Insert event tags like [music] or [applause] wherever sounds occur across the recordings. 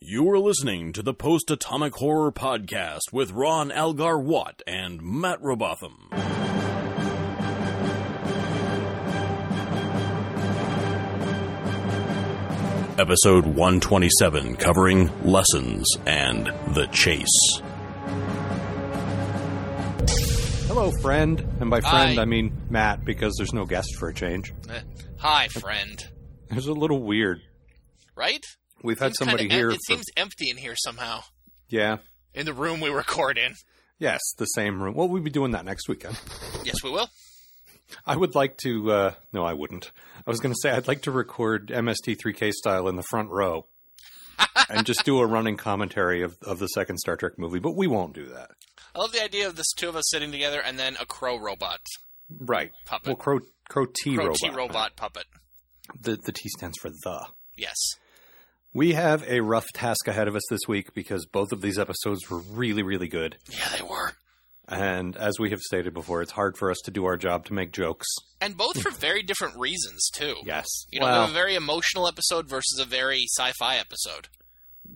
You are listening to the Post Atomic Horror Podcast with Ron Algar Watt and Matt Robotham. Episode 127 covering lessons and the chase. Hello, friend. And by friend, Hi. I mean Matt, because there's no guest for a change. Eh, Hi, friend. It was a little weird. Right? We've had Seems somebody kinda em- here. It for- seems empty in here somehow. yeah. In the room we record in. Yes, the same room. Well, we'll be doing that next weekend. Yes, we will. I would like to. Uh, no, I wouldn't. I was going to say I'd like to record MST3K style in the front [laughs] row and just do a running commentary of, of the second Star Trek movie, but we won't do that. I love the idea of this two of us sitting together and then a crow robot Right. Well, puppet. Crow, Crow T crow Robot. T robot puppet. The, the T stands for the. Yes. We have a rough task ahead of us this week because both of these episodes were really, really good. Yeah, they were. And as we have stated before, it's hard for us to do our job to make jokes. And both for very different reasons, too. Hmm. Yes. You know, we well, have a very emotional episode versus a very sci fi episode.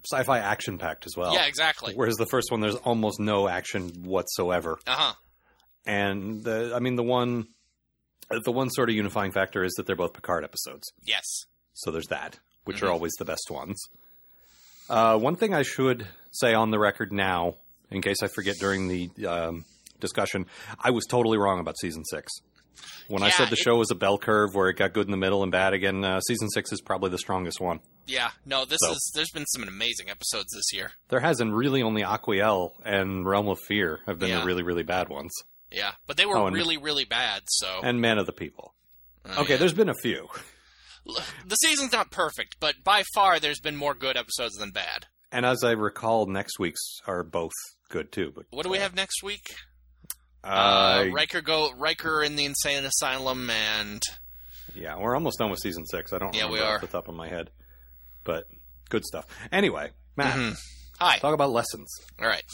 sci fi action packed as well. yeah, exactly. Whereas the first one, there's almost no action whatsoever. Uh huh. And the, I mean, the one, the one sort of unifying factor is that they're both Picard episodes. Yes. So there's that, which Mhm. are always the best ones. Uh, one thing I should say on the record now, in case I forget during the um, discussion, I was totally wrong about season six. When I Yeah, said the it- show was a bell curve where it got good in the middle and bad again, uh, season six is probably the strongest one. Yeah. No, this So- is. There's been some amazing episodes this year. There has, and really only Aquiel and Realm of Fear have been Yeah. the really, really bad ones, Yeah. But they were Oh, and- really, really bad, so. and Man of the People. Oh, okay, yeah. there's been a few. L- [sighs] the season's not perfect, but by far there's been more good episodes than bad. And as I recall, next week's are both good too. But What do we have next week? Uh, Riker go Riker in the insane asylum, and Yeah, we're almost done with season six. I don't Yeah, remember we off are. the top of my head, but good stuff. Anyway, Matt, Mhm. hi, talk about lessons. all right.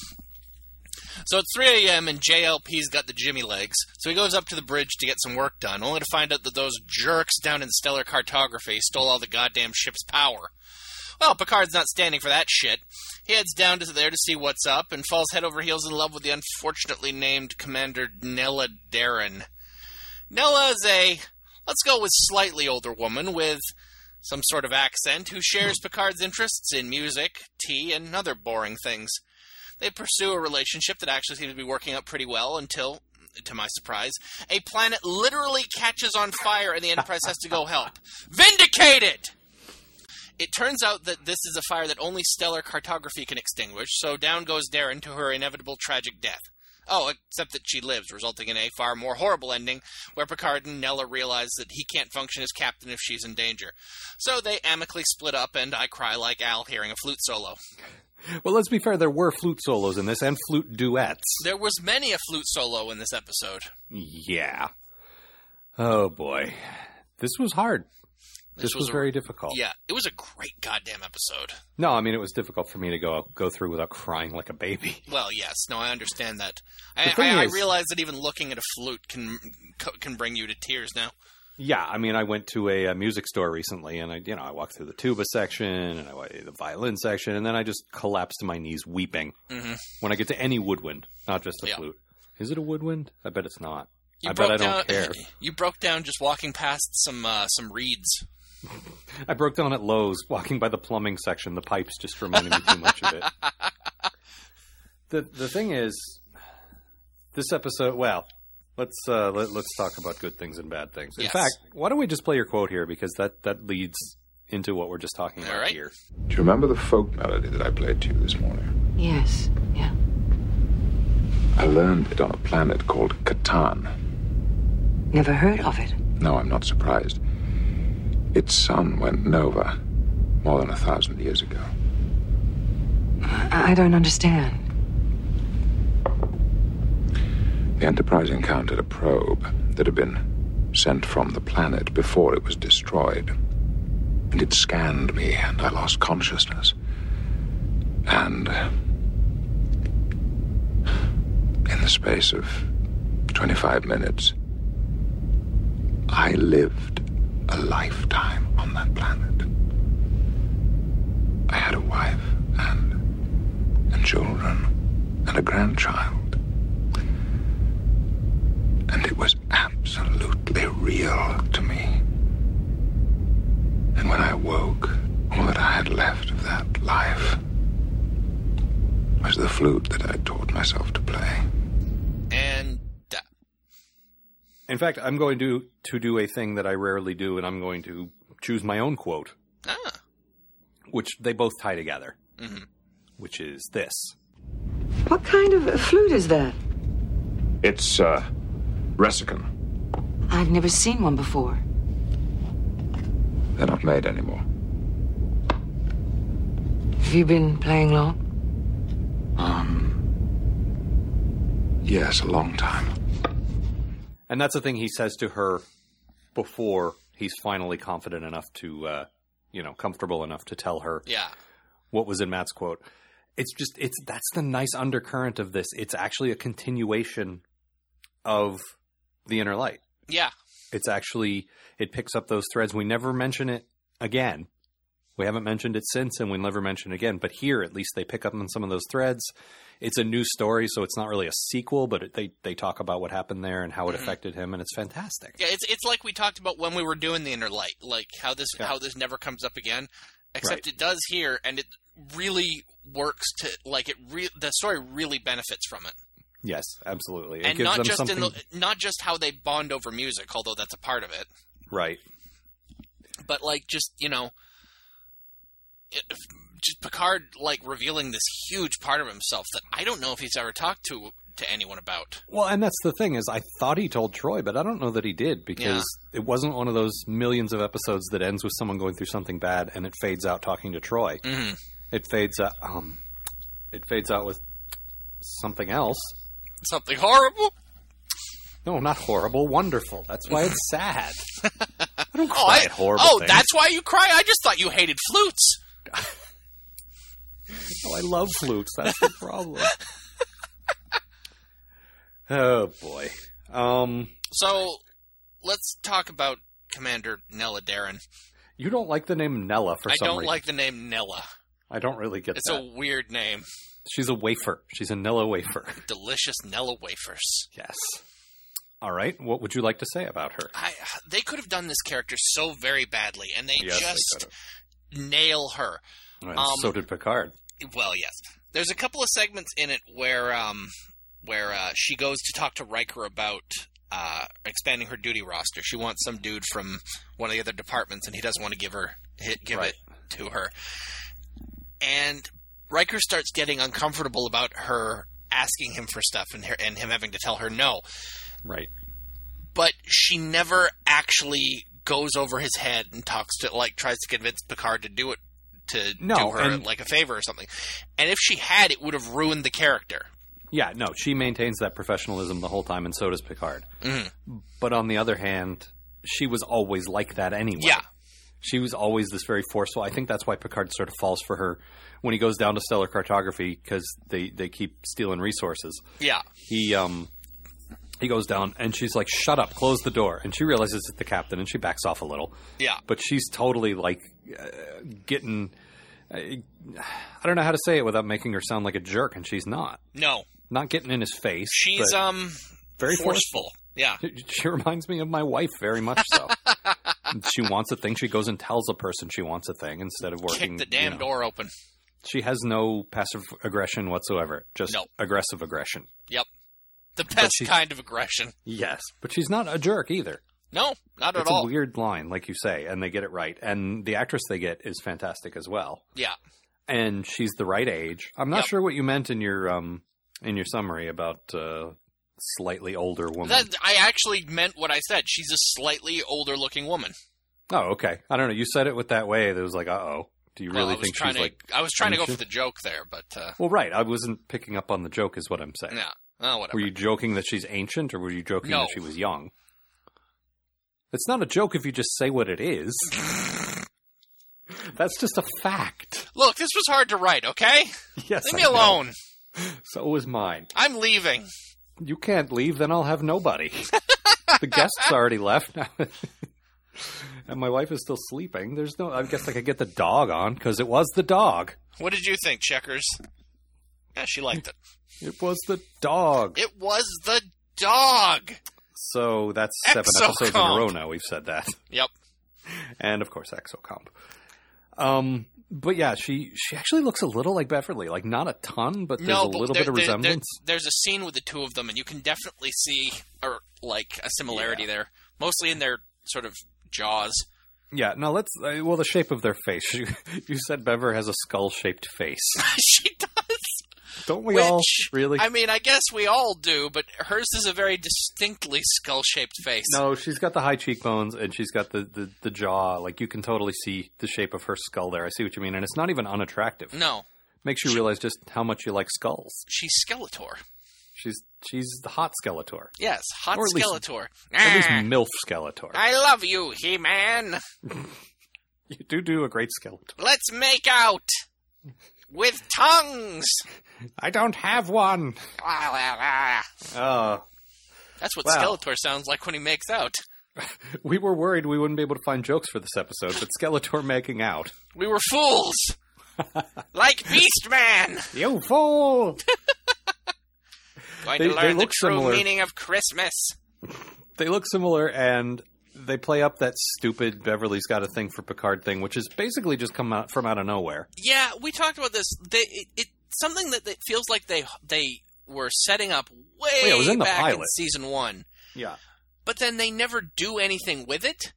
So it's 3 a.m. and JLP's got the Jimmy legs, so he goes up to the bridge to get some work done, only to find out that those jerks down in stellar cartography stole all the goddamn ship's power. Well, Picard's not standing for that shit. He heads down to there to see what's up and falls head over heels in love with the unfortunately named Commander Nella Darren. Nella is a, let's go with slightly older woman with some sort of accent who shares Picard's interests in music, tea, and other boring things. They pursue a relationship that actually seems to be working out pretty well until, to my surprise, a planet literally catches on fire and the Enterprise has to go help. Vindicated! It turns out that this is a fire that only stellar cartography can extinguish, so down goes Darren to her inevitable tragic death. Oh, except that she lives, resulting in a far more horrible ending, where Picard and Nella realize that he can't function as captain if she's in danger. So they amicably split up, and I cry like Al hearing a flute solo. Well, let's be fair. There were flute solos in this and flute duets. There was many a flute solo in this episode. Yeah. Oh boy, this was hard. This, was, a- very difficult. Yeah, it was a great goddamn episode. No, I mean it was difficult for me to go go through without crying like a baby. Well, yes, no, I understand that. The I, thing I, I is- realize that even looking at a flute can can bring you to tears now. Yeah, I mean I went to a, uh music store recently and I you know I walked through the tuba section and I wa- the violin section and then I just collapsed to my knees weeping. hmm when I get to any woodwind, not just the Yeah. flute. Is it a woodwind? I bet it's not. You I bet broke I down, don't care. [laughs] You broke down just walking past some uh, some reeds. I broke down at Lowe's [laughs] walking by the plumbing section. The pipes just reminded me too much of [laughs] it. The the thing is, this episode. Well, let's uh, let, let's talk about good things and bad things. In Yes. fact, why don't we just play your quote here because that that leads into what we're just talking All about right. here. Do you remember the folk melody that I played to you this morning? Yes, yeah. I learned it on a planet called Catan. Never heard of it. No, I'm not surprised. Its sun went nova more than a thousand years ago. I, I don't understand. The Enterprise encountered a probe that had been sent from the planet before it was destroyed. And it scanned me, and I lost consciousness. And in the space of 25 minutes, I lived a lifetime on that planet. I had a wife a grandchild. And it was absolutely real to me. And when I woke, all that I had left of that life was the flute that I'd taught myself to play. And uh, that. In fact, I'm going to to do a thing that I rarely do, and I'm going to choose my own quote, Ah. which they both tie together, which is this. What kind of a flute is that? It's, uh, Resican. I've never seen one before. They're not made anymore. Have you been playing long? Yes, a long time. And that's the thing he says to her before he's finally confident enough to, uh, you know, comfortable enough to tell her Yeah. what was in Matt's quote. It's just it's that's the nice undercurrent of this. It's actually a continuation of the inner light. Yeah. It's actually it picks up those threads. We never mention it again. We haven't mentioned it since, and we never mention it again. But here, at least, they pick up on some of those threads. It's a new story, so it's not really a sequel, but it, they they talk about what happened there and how it affected him, and it's fantastic. Mm-hmm. Yeah, it's it's like we talked about when we were doing the inner light, like how this Yeah. how this never comes up again, except Right. it does here, and it really works to like it. Re- the story really benefits from it, Yes, absolutely. It and gives not them just something in the not just how they bond over music, although that's a part of it, right. but like just you know, it, just Picard like revealing this huge part of himself that I don't know if he's ever talked to to anyone about. Well, and that's the thing is, I thought he told Troy, but I don't know that he did because it wasn't one of those millions of episodes that ends with someone going through something bad and it fades out talking to Troy. Mm-hmm. It fades out. Um, it fades out with something else. Something horrible. No, not horrible. Wonderful. That's why [laughs] it's sad. I don't Oh, cry I- at horrible. oh things. that's why you cry. I just thought you hated flutes. Oh, I love flutes. That's the [laughs] problem. oh boy. Um, So let's talk about Commander Nella Darren. you don't like the name Nella for I some don't reason. like the name Nella. I don't really get It's that. a weird name. She's a wafer. She's a Nella wafer. Delicious Nella wafers. Yes. All right. What would you like to say about her? I, they could have done this character so very badly, and they just nail her. And um, so did Picard. Well, yes. There's a couple of segments in it where um, where uh, she goes to talk to Riker about uh, expanding her duty roster. She wants some dude from one of the other departments, and he doesn't want to give her hit, give Right. it to her. And Riker starts getting uncomfortable about her asking him for stuff and her, and him having to tell her no. Right. But she never actually goes over his head and talks to like tries to convince Picard to do it to No, do her and- like a favor or something. And if she had, it would have ruined the character. Yeah. No, she maintains that professionalism the whole time, and so does Picard. Mhm. But on the other hand, she was always like that anyway. Yeah. She was always this very forceful. I think that's why Picard sort of falls for her when he goes down to stellar cartography because they, they keep stealing resources. Yeah. he um he goes down and she's like shut up close the door and she realizes it's the captain and she backs off a little Yeah. but she's totally like uh, getting uh, i don't know how to say it without making her sound like a jerk and she's not No. not getting in his face She's but um very forceful. Yeah. [laughs] she reminds me of my wife very much [laughs] so she wants a thing she goes and tells a person she wants a thing instead of working Kick the damn you know. door open. she has no passive aggression whatsoever just No. aggressive aggression Yep. The best she- kind of aggression. yes but she's not a jerk either No, not at it's all. a weird line, like you say, and they get it right. And the actress they get is fantastic as well, yeah. and she's the right age. I'm not Yep. sure what you meant in your um in your summary about uh, slightly older woman. That, I actually meant what I said. She's a slightly older looking woman. oh, okay. I don't know. You said it with that way. That was like, uh oh. Do you really well, I was think trying she's to like? I was trying to go for ancient? the joke there, but uh Well, right. I wasn't picking up on the joke, is what I'm saying. yeah. Oh, whatever. Were you joking that she's ancient, or were you joking No. that she was young? It's not a joke if you just say what it [laughs] is. That's just a fact. [laughs] Look, this was hard to write, okay? Yes. Leave I me know. alone. So was mine. I'm leaving. You can't leave, then I'll have [laughs] nobody. the guests already left. [laughs] and my wife is still sleeping. There's no. I guess I could get the dog on because it was the dog. What did you think, Checkers? Yeah, she liked it. It was the dog. It was the dog. So that's seven Exocomp. episodes in a row now we've said that. Yep. And of course Exocomp. Um but yeah, she she actually looks a little like Beverly, like not a ton, but there's no, a but little there- bit of there- there- resemblance. there's a scene with the two of them, and you can definitely see, or like a similarity there, mostly in their sort of jaws. [laughs] Yeah, no, let's uh, well the shape of their face. [laughs] You, you said Bever has a skull-shaped face. [laughs] she does. Don't we Which, all really? I mean, I guess we all do, but hers is a very distinctly skull-shaped face. No, she's got the high cheekbones and she's got the, the, the jaw. Like you can totally see the shape of her skull there. I see what you mean, and it's not even unattractive. No, Makes you realize just how much you like skulls. she's Skeletor. She's she's the hot Skeletor, Yes, hot Or at least- Skeletor. at least Ah, milf Skeletor. I love you, He-Man. you do do a great Skeletor. Let's make out with tongues. I don't have one. Ah, ah, ah. Uh, That's what Wow. Skeletor sounds like when he makes out. we were worried we wouldn't be able to find jokes for this episode, but Skeletor making out. We were [laughs] fools. like Beast Man. You fool! Going They- to they learn the look true similar. meaning of Christmas. [laughs] they look similar and they play up that stupid Beverly's got a thing for Picard thing, which is basically just come out from out of nowhere. Yeah, we talked about this. They, it, it something that it feels like they they were setting up way yeah, it was in the back in pilot. season one, Yeah. but then they never do anything with it. I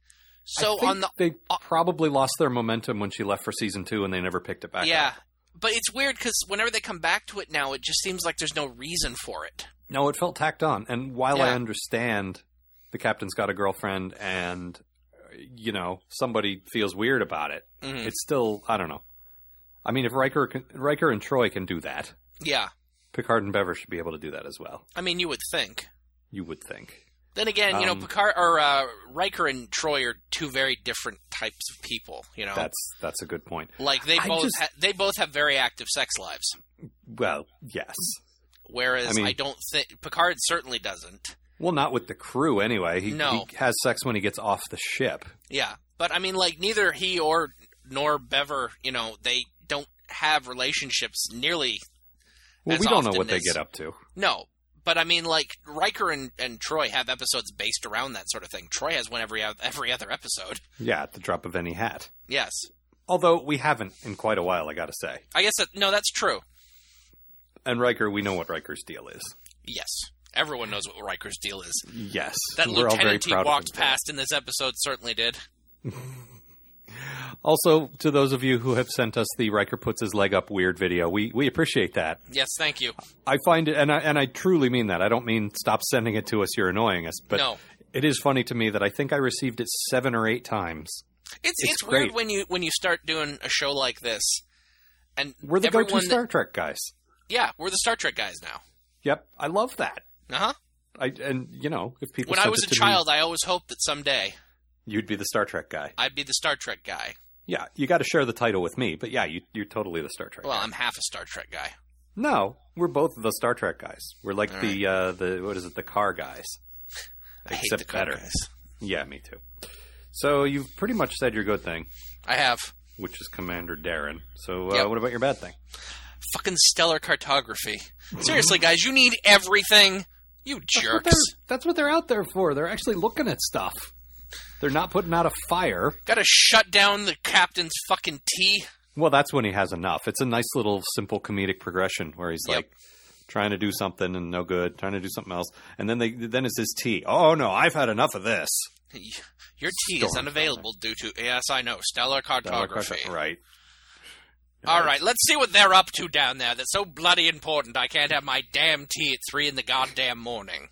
So think on the they probably lost their momentum when she left for season two, and they never picked it back. yeah, up. but it's weird because whenever they come back to it now, it just seems like there's no reason for it. no, it felt tacked on. And while I Yeah. understand the captain's got a girlfriend, and uh, you know somebody feels weird about it, Mhm. it's still I don't know. I mean, if Riker can, Riker and Troy can do that, Yeah, Picard and Bever should be able to do that as well. I mean you would think. You would think. Then again, you know Um, Picard or uh, Riker and Troy are two very different types of people. You know, That's that's a good point. like they I both just- ha- they both have very active sex lives. Well, yes. Whereas I mean- I don't think Picard certainly doesn't. Well, not with the crew anyway. He, No. he has sex when he gets off the ship. Yeah, but I mean, like neither he or nor Bever, you know, they don't have relationships nearly. Well, As we don't know often what they as- get up to. No, but I mean, like Riker and, and Troy have episodes based around that sort of thing. Troy has one every oth- every other episode. Yeah, at the drop of any hat. Yes, Although we haven't in quite a while, I gotta say. I guess that no, that's true. And Riker, we know what Riker's deal is. Yes, everyone knows what Riker's deal is. Yes, That we're all very lieutenant he proud of walked him for that. past in this episode certainly did. Also, to those of you who have sent us the Riker puts his leg up weird video, we we appreciate that. Yes, thank you. I find it, and I and I truly mean that. I don't mean stop sending it to us. You're annoying us, but No. it is funny to me that I think I received it seven or eight times. It's It's it's, weird great. when you when you start doing a show like this, and We're the everyone go-to that- Star Trek guys. yeah, we're the Star Trek guys now. Yep, I love that. Uh huh. I and you know if people When sent I was it a to me, child, I always hoped that someday you'd be the Star Trek guy. I'd be the Star Trek guy. Yeah, you got to share the title with me, but yeah, you, you're totally the Star Trek. Well, guy. I'm half a Star Trek guy. No, we're both the Star Trek guys. We're like the uh, the what is it, the car guys. I hate Except the car better. guys. Yeah, me too. So you've pretty much said your good thing, I have which is Commander Darren. So uh, Yep. what about your bad thing? fucking stellar cartography. Seriously, guys, you need everything. You jerks. that's what they're out there for. They're actually looking at stuff. They're not putting out a fire. Gotta shut down the captain's fucking tea. Well, that's when he has enough. It's a nice little simple comedic progression where he's Yep. like trying to do something and no good, trying to do something else, and then they then it's his tea. Oh no, I've had enough of this. [laughs] Your tea is Stormtrooper. unavailable due to yes, I know, stellar cartography. Right. All right, let's see what they're up to down there. That's so bloody important. I can't have my damn tea at three in the [laughs] goddamn morning.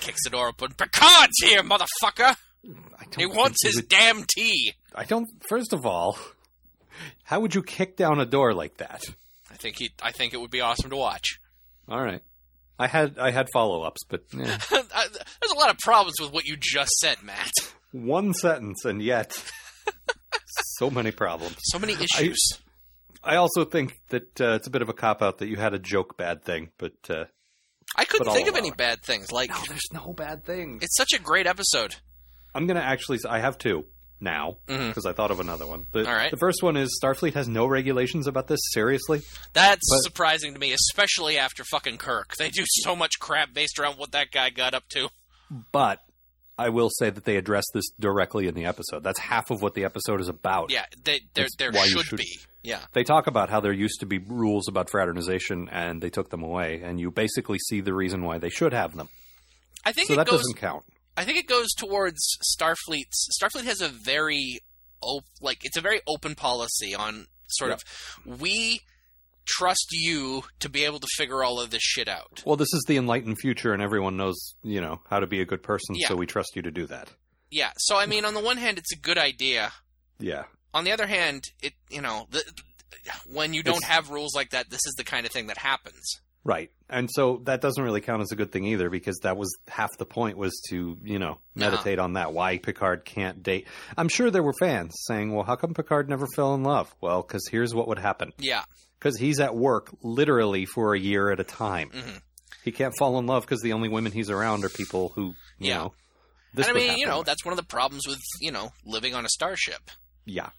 Kicks the door open. Picard's here, motherfucker. I don't He wants think his you would- damn tea. I don't. First of all, how would you kick down a door like that? I think he. I think it would be awesome to watch. [laughs] All right. I had I had follow ups, but eh, I- Uh, There's a lot of problems with what you just said, Matt. [laughs] one sentence and yet so many problems. So many issues. I also think that uh, it's a bit of a cop out that you had a joke bad thing, but uh, I, but couldn't I'll think of allow any it. bad things. Like there's no bad things. it's such a great episode. I'm gonna actually. I have two. now because I thought of another one. The, All right. the first one is Starfleet has no regulations about this. Seriously, That's But- surprising to me, especially after fucking Kirk. They do so much crap based around what that guy got up to. but I will say that they address this directly in the episode. That's half of what the episode is about. Yeah, they, there It's there why you should, should- be. Yeah, They talk about how there used to be rules about fraternization and they took them away, and you basically see the reason why they should have them. I think So it that goes. doesn't count. I think it goes towards Starfleet's. Starfleet has a very op- like it's a very open policy on sort of we trust you to be able to figure all of this shit out. Well, this is the enlightened future, and everyone knows, you know, how to be a good person, Yeah. so we trust you to do that. Yeah. So I mean, on the one hand, it's a good idea. Yeah. On the other hand, it you know the, when you don't It's- have rules like that, this is the kind of thing that happens. Right. And so that doesn't really count as a good thing either because that was half the point was to, you Uh-huh. know, meditate on that why Picard can't date. I'm sure there were fans saying, "Well, how come Picard never fell in love?" Well, cuz here's what would happen. Yeah. Cuz he's at work literally for a year at a time. Mhm. He can't fall in love cuz the only women he's around are people who, you Yeah. know, this and I would mean, you happen know, with. that's one of the problems with you know living on a starship. Yeah.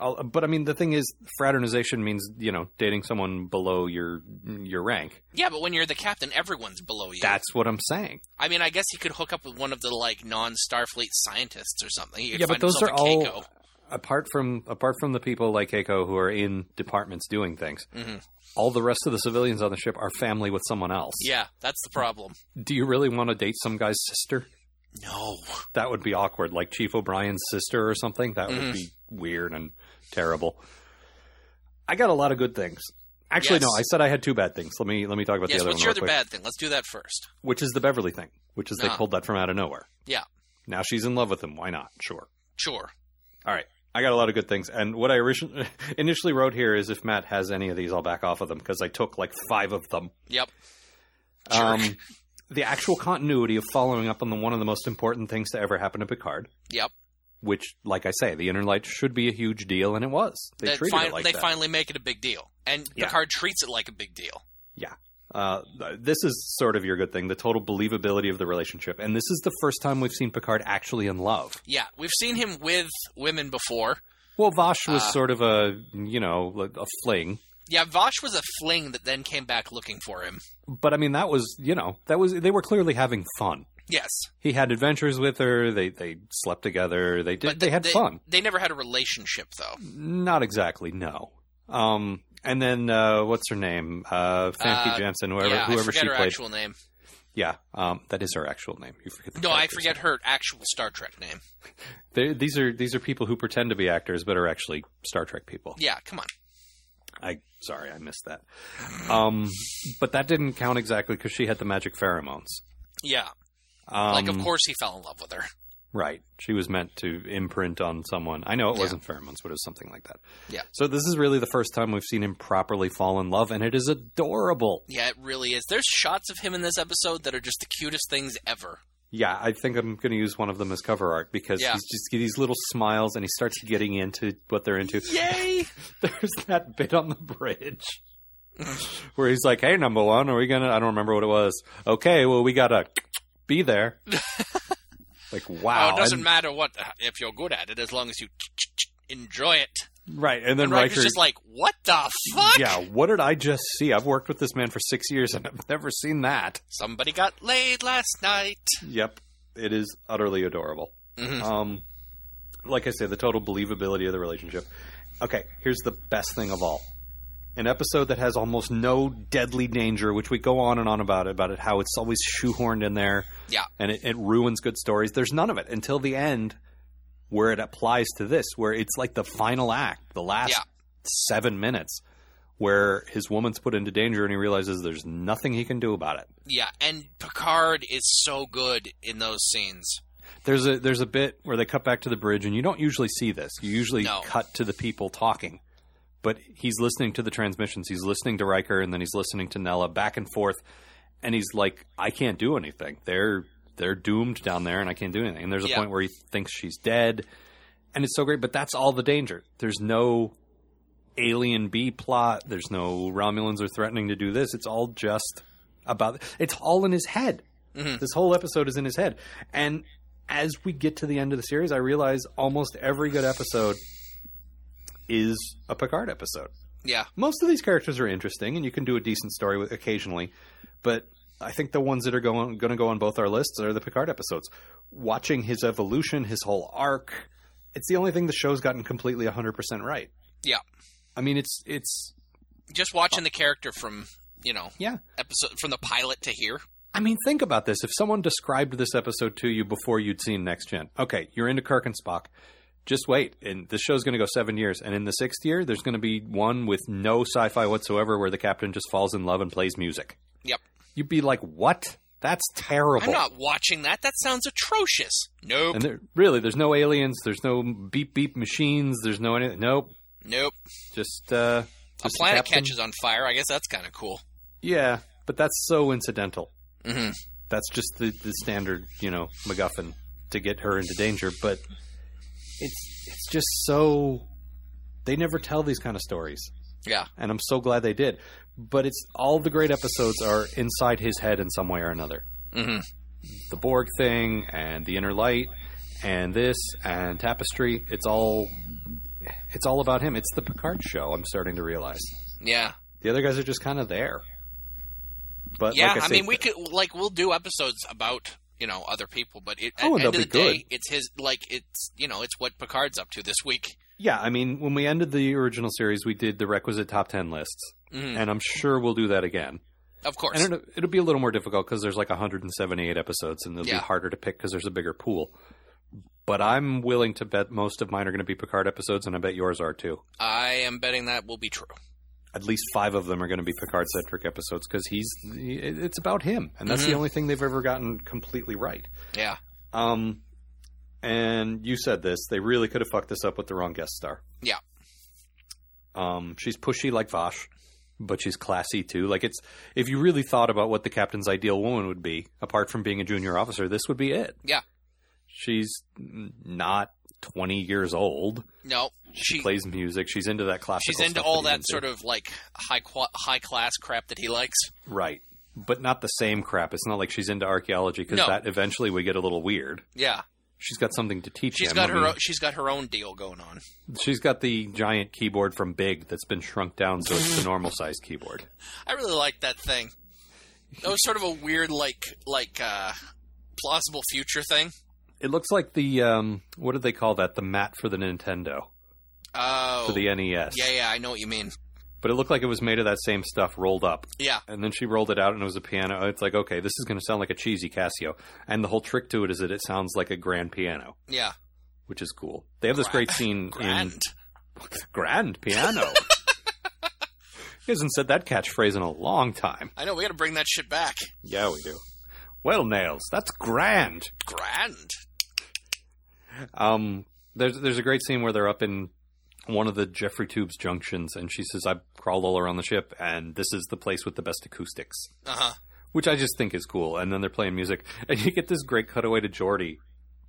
I'll, but I mean, the thing is, fraternization means you know dating someone below your your rank. Yeah, but when you're the captain, everyone's below you. That's what I'm saying. I mean, I guess he could hook up with one of the like non-Starfleet scientists or something. He could yeah, find but those are himself a all Keiko. apart from apart from the people like Keiko who are in departments doing things. Mhm. All the rest of the civilians on the ship are family with someone else. Yeah, that's the problem. Do you really want to date some guy's sister? No. That would be awkward, like Chief O'Brien's sister or something. That Mhm. would be weird and terrible. I got a lot of good things. Actually, Yes. no. I said I had two bad things. Let me let me talk about yes, the other what's one your real other quick, bad thing? Let's do that first. which is the Beverly thing, which is Uh-huh. they pulled that from out of nowhere. Yeah. Now she's in love with him. Why not? Sure. Sure. All right. I got a lot of good things. And what I origi- [laughs] initially wrote here is if Matt has any of these, I'll back off of them because I took like five of them. Yep. Um, the actual continuity of following up on the, one of the most important things to ever happen to Picard, Yep. which, like I say, the Inner Light should be a huge deal, and it was. They That treated fin- it like they that. finally make it a big deal, and Yeah. Picard treats it like a big deal. uh, this is sort of your good thing, the total believability of the relationship. And this is the first time we've seen Picard actually in love. Yeah, we've seen him with women before. Well, Vash was Uh, sort of a, you know, like a fling. Yeah, Vosh was a fling that then came back looking for him. But I mean, that was, you know, that was, they were clearly having fun. Yes, he had adventures with her. They they slept together. They did. but they had fun. They never had a relationship though. Not exactly. No. Um. And then uh, what's her name? Uh, Fancy Uh, Jansen. Whoever yeah, I whoever forget she her played. actual name. Yeah. Um. That is her actual name. You forget. The No, I character's forget her actual Star Trek name. name. They- these are these are people who pretend to be actors but are actually Star Trek people. Yeah, come on. I sorry, I missed that. Um. But that didn't count exactly because she had the magic pheromones. Yeah, Um, like of course he fell in love with her. Right. She was meant to imprint on someone. I know it Yeah. wasn't pheromones, but it was something like that. Yeah. So this is really the first time we've seen him properly fall in love, and it is adorable. Yeah, it really is. There's shots of him in this episode that are just the cutest things ever. Yeah, I think I'm going to use one of them as cover art because Yeah. he's just get these little smiles, and he starts getting into what they're into. [laughs] Yay! There's that bit on the bridge. Where he's like, "Hey, number one, are we gonna?" I don't remember what it was. Okay, well, we gotta be [laughs] there. like, wow, oh, it doesn't And- matter what if you're good at it as long as you enjoy it. right? And then And Riker's Riker's just like, what the fuck? Yeah, what did I just see? I've worked with this man for six years and I've never seen that. Somebody got laid last night. Yep, it is utterly adorable. Mhm. Um, like I say, the total believability of the relationship. Okay, here's the best thing of all: an episode that has almost no deadly danger, which we go on and on about about it, how it's always shoehorned in there. Yeah. and it, it ruins good stories. There's none of it until the end, where it applies to this, where it's like the final act, the last Yeah. seven minutes. Where his woman's put into danger and he realizes there's nothing he can do about it. Yeah, and Picard is so good in those scenes. There's a there's a bit where they cut back to the bridge, and you don't usually see this. You usually No. cut to the people talking, but he's listening to the transmissions. He's listening to Riker, and then he's listening to Nella back and forth, and he's like, "I can't do anything. They're they're doomed down there, and I can't do anything." And there's a Yeah. point where he thinks she's dead, and it's so great. But that's all the danger. There's no alien B plot. There's no Romulans are threatening to do this. It's all just about. It's all in his head. This whole episode is in his head, and as we get to the end of the series, I realize almost every good episode is a Picard episode. Yeah. Most of these characters are interesting, and you can do a decent story with occasionally, but I think the ones that are going going to go on both our lists are the Picard episodes. Watching his evolution, his whole arc, it's the only thing the show's gotten completely 100% right. Yeah. I mean, it's it's Just watching the character from, you know, yeah. episode from the pilot to here. I mean, think about this. If someone described this episode to you before you'd seen Next Gen, okay, you're into Kirk and Spock. Just wait, and this show's going to go seven years, and in the sixth year, there's going to be one with no sci-fi whatsoever, where the captain just falls in love and plays music. Yep. You'd be like, "What? That's terrible." I'm not watching that. That sounds atrocious. Nope. And there, really, there's no aliens. There's no beep beep machines. There's no any. Nope. nope. Just uh, A just the planet captain. catches on fire. I guess that's kind of cool. Yeah, but that's so incidental. hmm that's just the, the standard, you know, MacGuffin to get her into danger. But it's it's just so they never tell these kind of stories, Yeah. and I'm so glad they did. But it's all the great episodes are inside his head in some way or another. hmm The Borg thing, and the Inner Light, and this, and Tapestry. It's all it's all about him. It's the Picard show. I'm starting to realize Yeah. the other guys are just kind of there. But yeah. like I, I, say, mean, we could like we'll do episodes about you know other people, but it, at Oh, and the end of they'll the be day, good. it's his like it's you know it's what Picard's up to this week. Yeah, I mean, when we ended the original series, we did the requisite top 10 lists, Mhm. and I'm sure we'll do that again. Of course. And it'll, it'll be a little more difficult because there's like 178 episodes, and it'll Yeah. be harder to pick because there's a bigger pool. But I'm willing to bet most of mine are going to be Picard episodes, and I bet yours are too. I am betting that will be true. At least five of them are going to be Picard centric episodes because he's it- it's about him, and that's Mhm. the only thing they've ever gotten completely right. Yeah. Um, and you said this; they really could have fucked this up with the wrong guest star. Yeah. Um, she's pushy like Vash, but she's classy too. Like it's if you really thought about what the captain's ideal woman would be, apart from being a junior officer, this would be it. Yeah. She's n- not twenty years old. No. She, She. plays music. She's into that classical. She's into stuff all that, that sort of like high qua high class crap that he likes. of right, but not the same crap. It's not like she's into archaeology because No. that eventually would get a little weird. Yeah, She's got something to teach she's him. got I her mean- own, she's got her own deal going on. She's got the giant keyboard from Big that's been shrunk down so it's the normal size keyboard. I really like that thing. That was sort of a weird like like uh plausible future thing. It looks like the um, what did they call that? The mat for the Nintendo Oh, for the NES. yeah, yeah, I know what you mean. But it looked like it was made of that same stuff rolled up. Yeah, And then she rolled it out and it was a piano. It's like okay, this is going to sound like a cheesy Casio. And the whole trick to it is that it sounds like a grand piano, yeah, which is cool. They have this great scene grand. in grand piano. [laughs] he hasn't said that catchphrase in a long time. I know we got to bring that shit back. Yeah, we do. Well, nails, that's grand. Grand. Um, there's there's a great scene where they're up in one of the Jeffrey Tubes junctions, and she says, "I crawled all around the ship, and this is the place with the best acoustics," Uh huh. which I just think is cool. And then they're playing music, and you get this great cutaway to Geordi,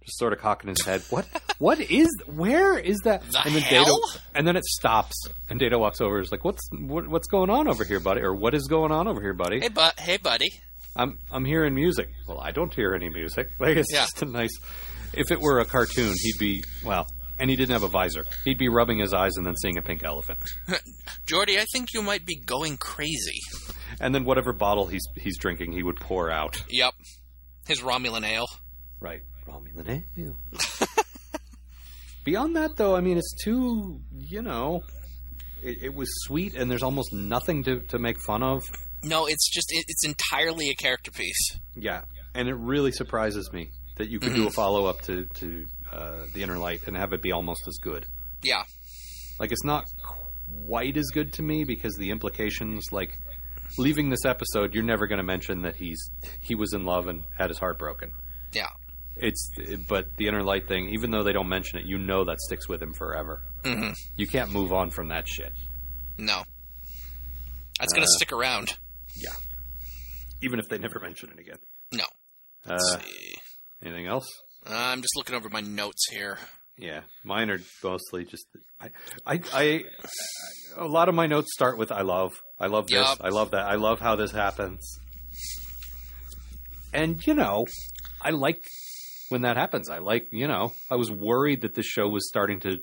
just sort of cocking his head. What? what is? Where is that? The and then hell? Data, and then it stops, and Data walks over, and is like, "What's what, what's going on over here, buddy? Or what is going on over here, buddy?" Hey, but hey, buddy. I'm I'm hearing music. Well, I don't hear any music. [laughs] Like it's Yeah. just a nice. If it were a cartoon, he'd be well, and he didn't have a visor. He'd be rubbing his eyes and then seeing a pink elephant, Jordy, I think you might be going crazy. and then whatever bottle he's he's drinking, he would pour out. Yep. His Romulan ale. Right. Romulan ale. [laughs] Beyond that, though, I mean, it's too you know, it, it was sweet, and there's almost nothing to to make fun of. No, it's just it, it's entirely a character piece. Yeah, and it really surprises me that you could do a follow up to to uh, the Inner Light and have it be almost as good. Yeah. like it's not quite as good to me because the implications like leaving this episode you're never going to mention that he's he was in love and had his heart broken Yeah. it's but the inner light thing even though they don't mention it you know that sticks with him forever hmm you can't move on from that shit No. That's gonna Uh. stick around. even if they never mention it again No. uh, Let's see. anything else Uh, I'm just looking over my notes here. yeah mine are mostly just I, I i a lot of my notes start with i love i love this Yup. i love that i love how this happens and you know i like when that happens. I like, you know, I was worried that this show was starting to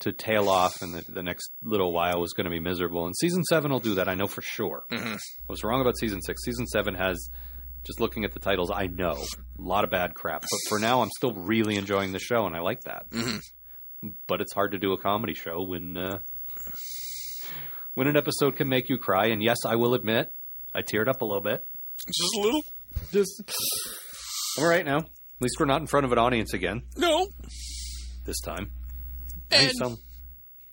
to tail off and that the next little while was going to be miserable. And season seven will do that. I know for sure. Mhm. I was wrong about season six. Season seven has just looking at the titles. I know a lot of bad crap, but for now, I'm still really enjoying the show, and I like that. Mhm. But it's hard to do a comedy show when uh, when an episode can make you cry. And yes, I will admit, I teared up a little bit. Just a little. Just I'm all right now. At least we're not in front of an audience again No, this time. and Some-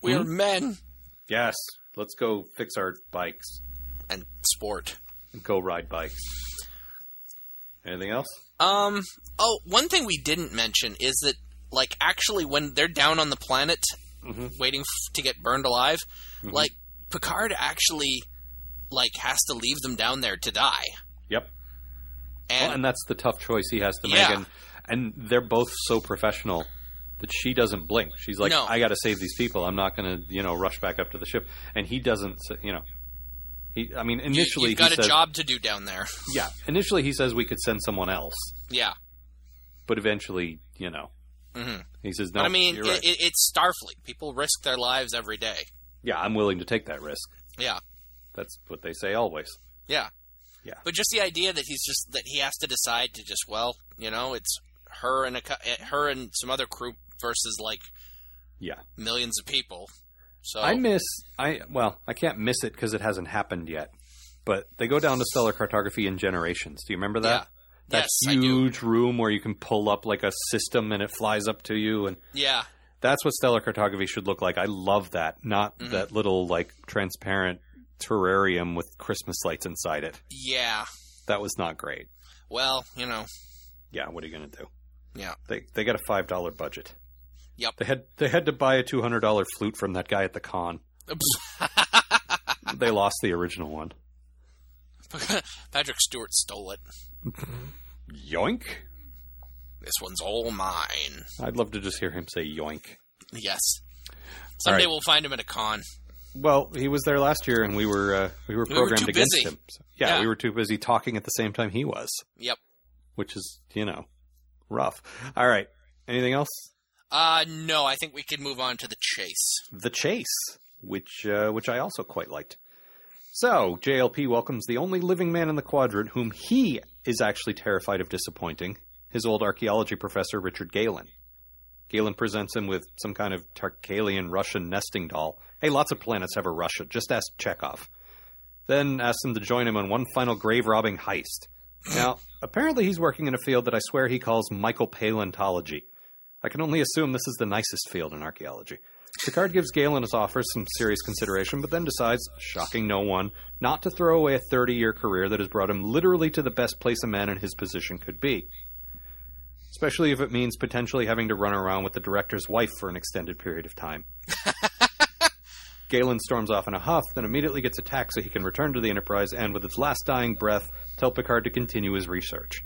we hmm? are men yes, let's go fix our bikes. and sport. go ride bikes. Anything else? Um. Oh, one thing we didn't mention is that, like, actually, when they're down on the planet, Mhm. waiting f- to get burned alive, Mm-hmm. like Picard actually, like, has to leave them down there to die. Yep. And, Well, and that's the tough choice he has to make. Yeah. And, and they're both so professional that she doesn't blink. She's like, No. I got to save these people. I'm not going to, you know, rush back up to the ship. And he doesn't, s- you know. He, I mean, initially you've got he a says, job to do down there. yeah. Initially, he says we could send someone else, Yeah. but eventually, you know, hmm he says no. but I mean, Oh, you're right. it, it, it's Starfleet. People risk their lives every day. yeah, I'm willing to take that risk. Yeah. That's what they say always. Yeah. Yeah. But just the idea that he's just that he has to decide to just well, you know, it's her and a cou- eh, her and some other crew versus like Yeah. millions of people. So I miss I well, I can't miss it because it hasn't happened yet. But they go down to stellar cartography in generations. Do you remember that? Yeah. That Yes, I do. huge room where you can pull up like a system and it flies up to you and yeah, that's what stellar cartography should look like. I love that. Not Mhm. that little like transparent terrarium with Christmas lights inside it. yeah. That was not great. Well, you know, Yeah, what are you gonna do? Yeah. [laughs] They they got a five dollar budget. Yep. They had they had to buy a two hundred dollar flute from that guy at the con. [laughs] They lost the original one. Patrick Stewart stole it. Yoink. This one's all mine. I'd love to just hear him say yoink. Yes. All Someday right. we'll find him at a con. Well, he was there last year, and we were uh, we were We were programmed too against busy. him. So- yeah, Yeah. we were too busy talking at the same time he was, Yep. which is you know rough. All right. Anything else? Uh no, I think we can move on to the chase. The Chase, which uh, which I also quite liked. So JLP welcomes the only living man in the quadrant whom he is actually terrified of disappointing. His old archaeology professor, Richard Galen. Galen presents him with some kind of Tarkalian Russian nesting doll. Hey, lots of planets have a Russia. Just ask Chekhov. Then asks him to join him on one final grave robbing heist. Now, apparently he's working in a field that I swear he calls Michael Paleontology. I can only assume this is the nicest field in archaeology. Picard gives Galen his offer some serious consideration, but then decides, shocking no one, not to throw away a 30 year career that has brought him literally to the best place a man in his position could be. Especially if it means potentially having to run around with the director's wife for an extended period of time. Galen storms off in a huff, then immediately gets attacked so he can return to the Enterprise and, with his last dying breath, tell Picard to continue his research.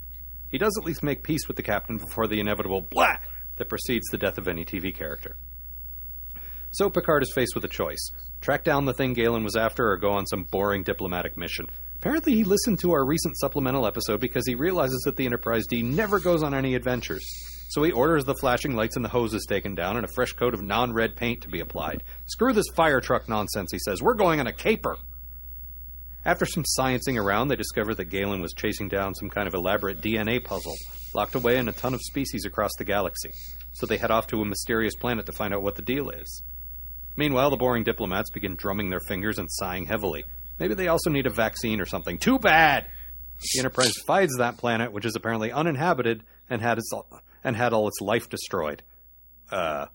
He does at least make peace with the captain before the inevitable blah that precedes the death of any TV character. So Picard is faced with a choice track down the thing Galen was after or go on some boring diplomatic mission. Apparently, he listened to our recent supplemental episode because he realizes that the Enterprise D never goes on any adventures. So he orders the flashing lights and the hoses taken down and a fresh coat of non red paint to be applied. Screw this fire truck nonsense, he says. We're going on a caper. After some sciencing around, they discover that Galen was chasing down some kind of elaborate DNA puzzle, locked away in a ton of species across the galaxy. So they head off to a mysterious planet to find out what the deal is. Meanwhile, the boring diplomats begin drumming their fingers and sighing heavily. Maybe they also need a vaccine or something. Too bad! The Enterprise finds that planet, which is apparently uninhabited and had, its, and had all its life destroyed. Uh,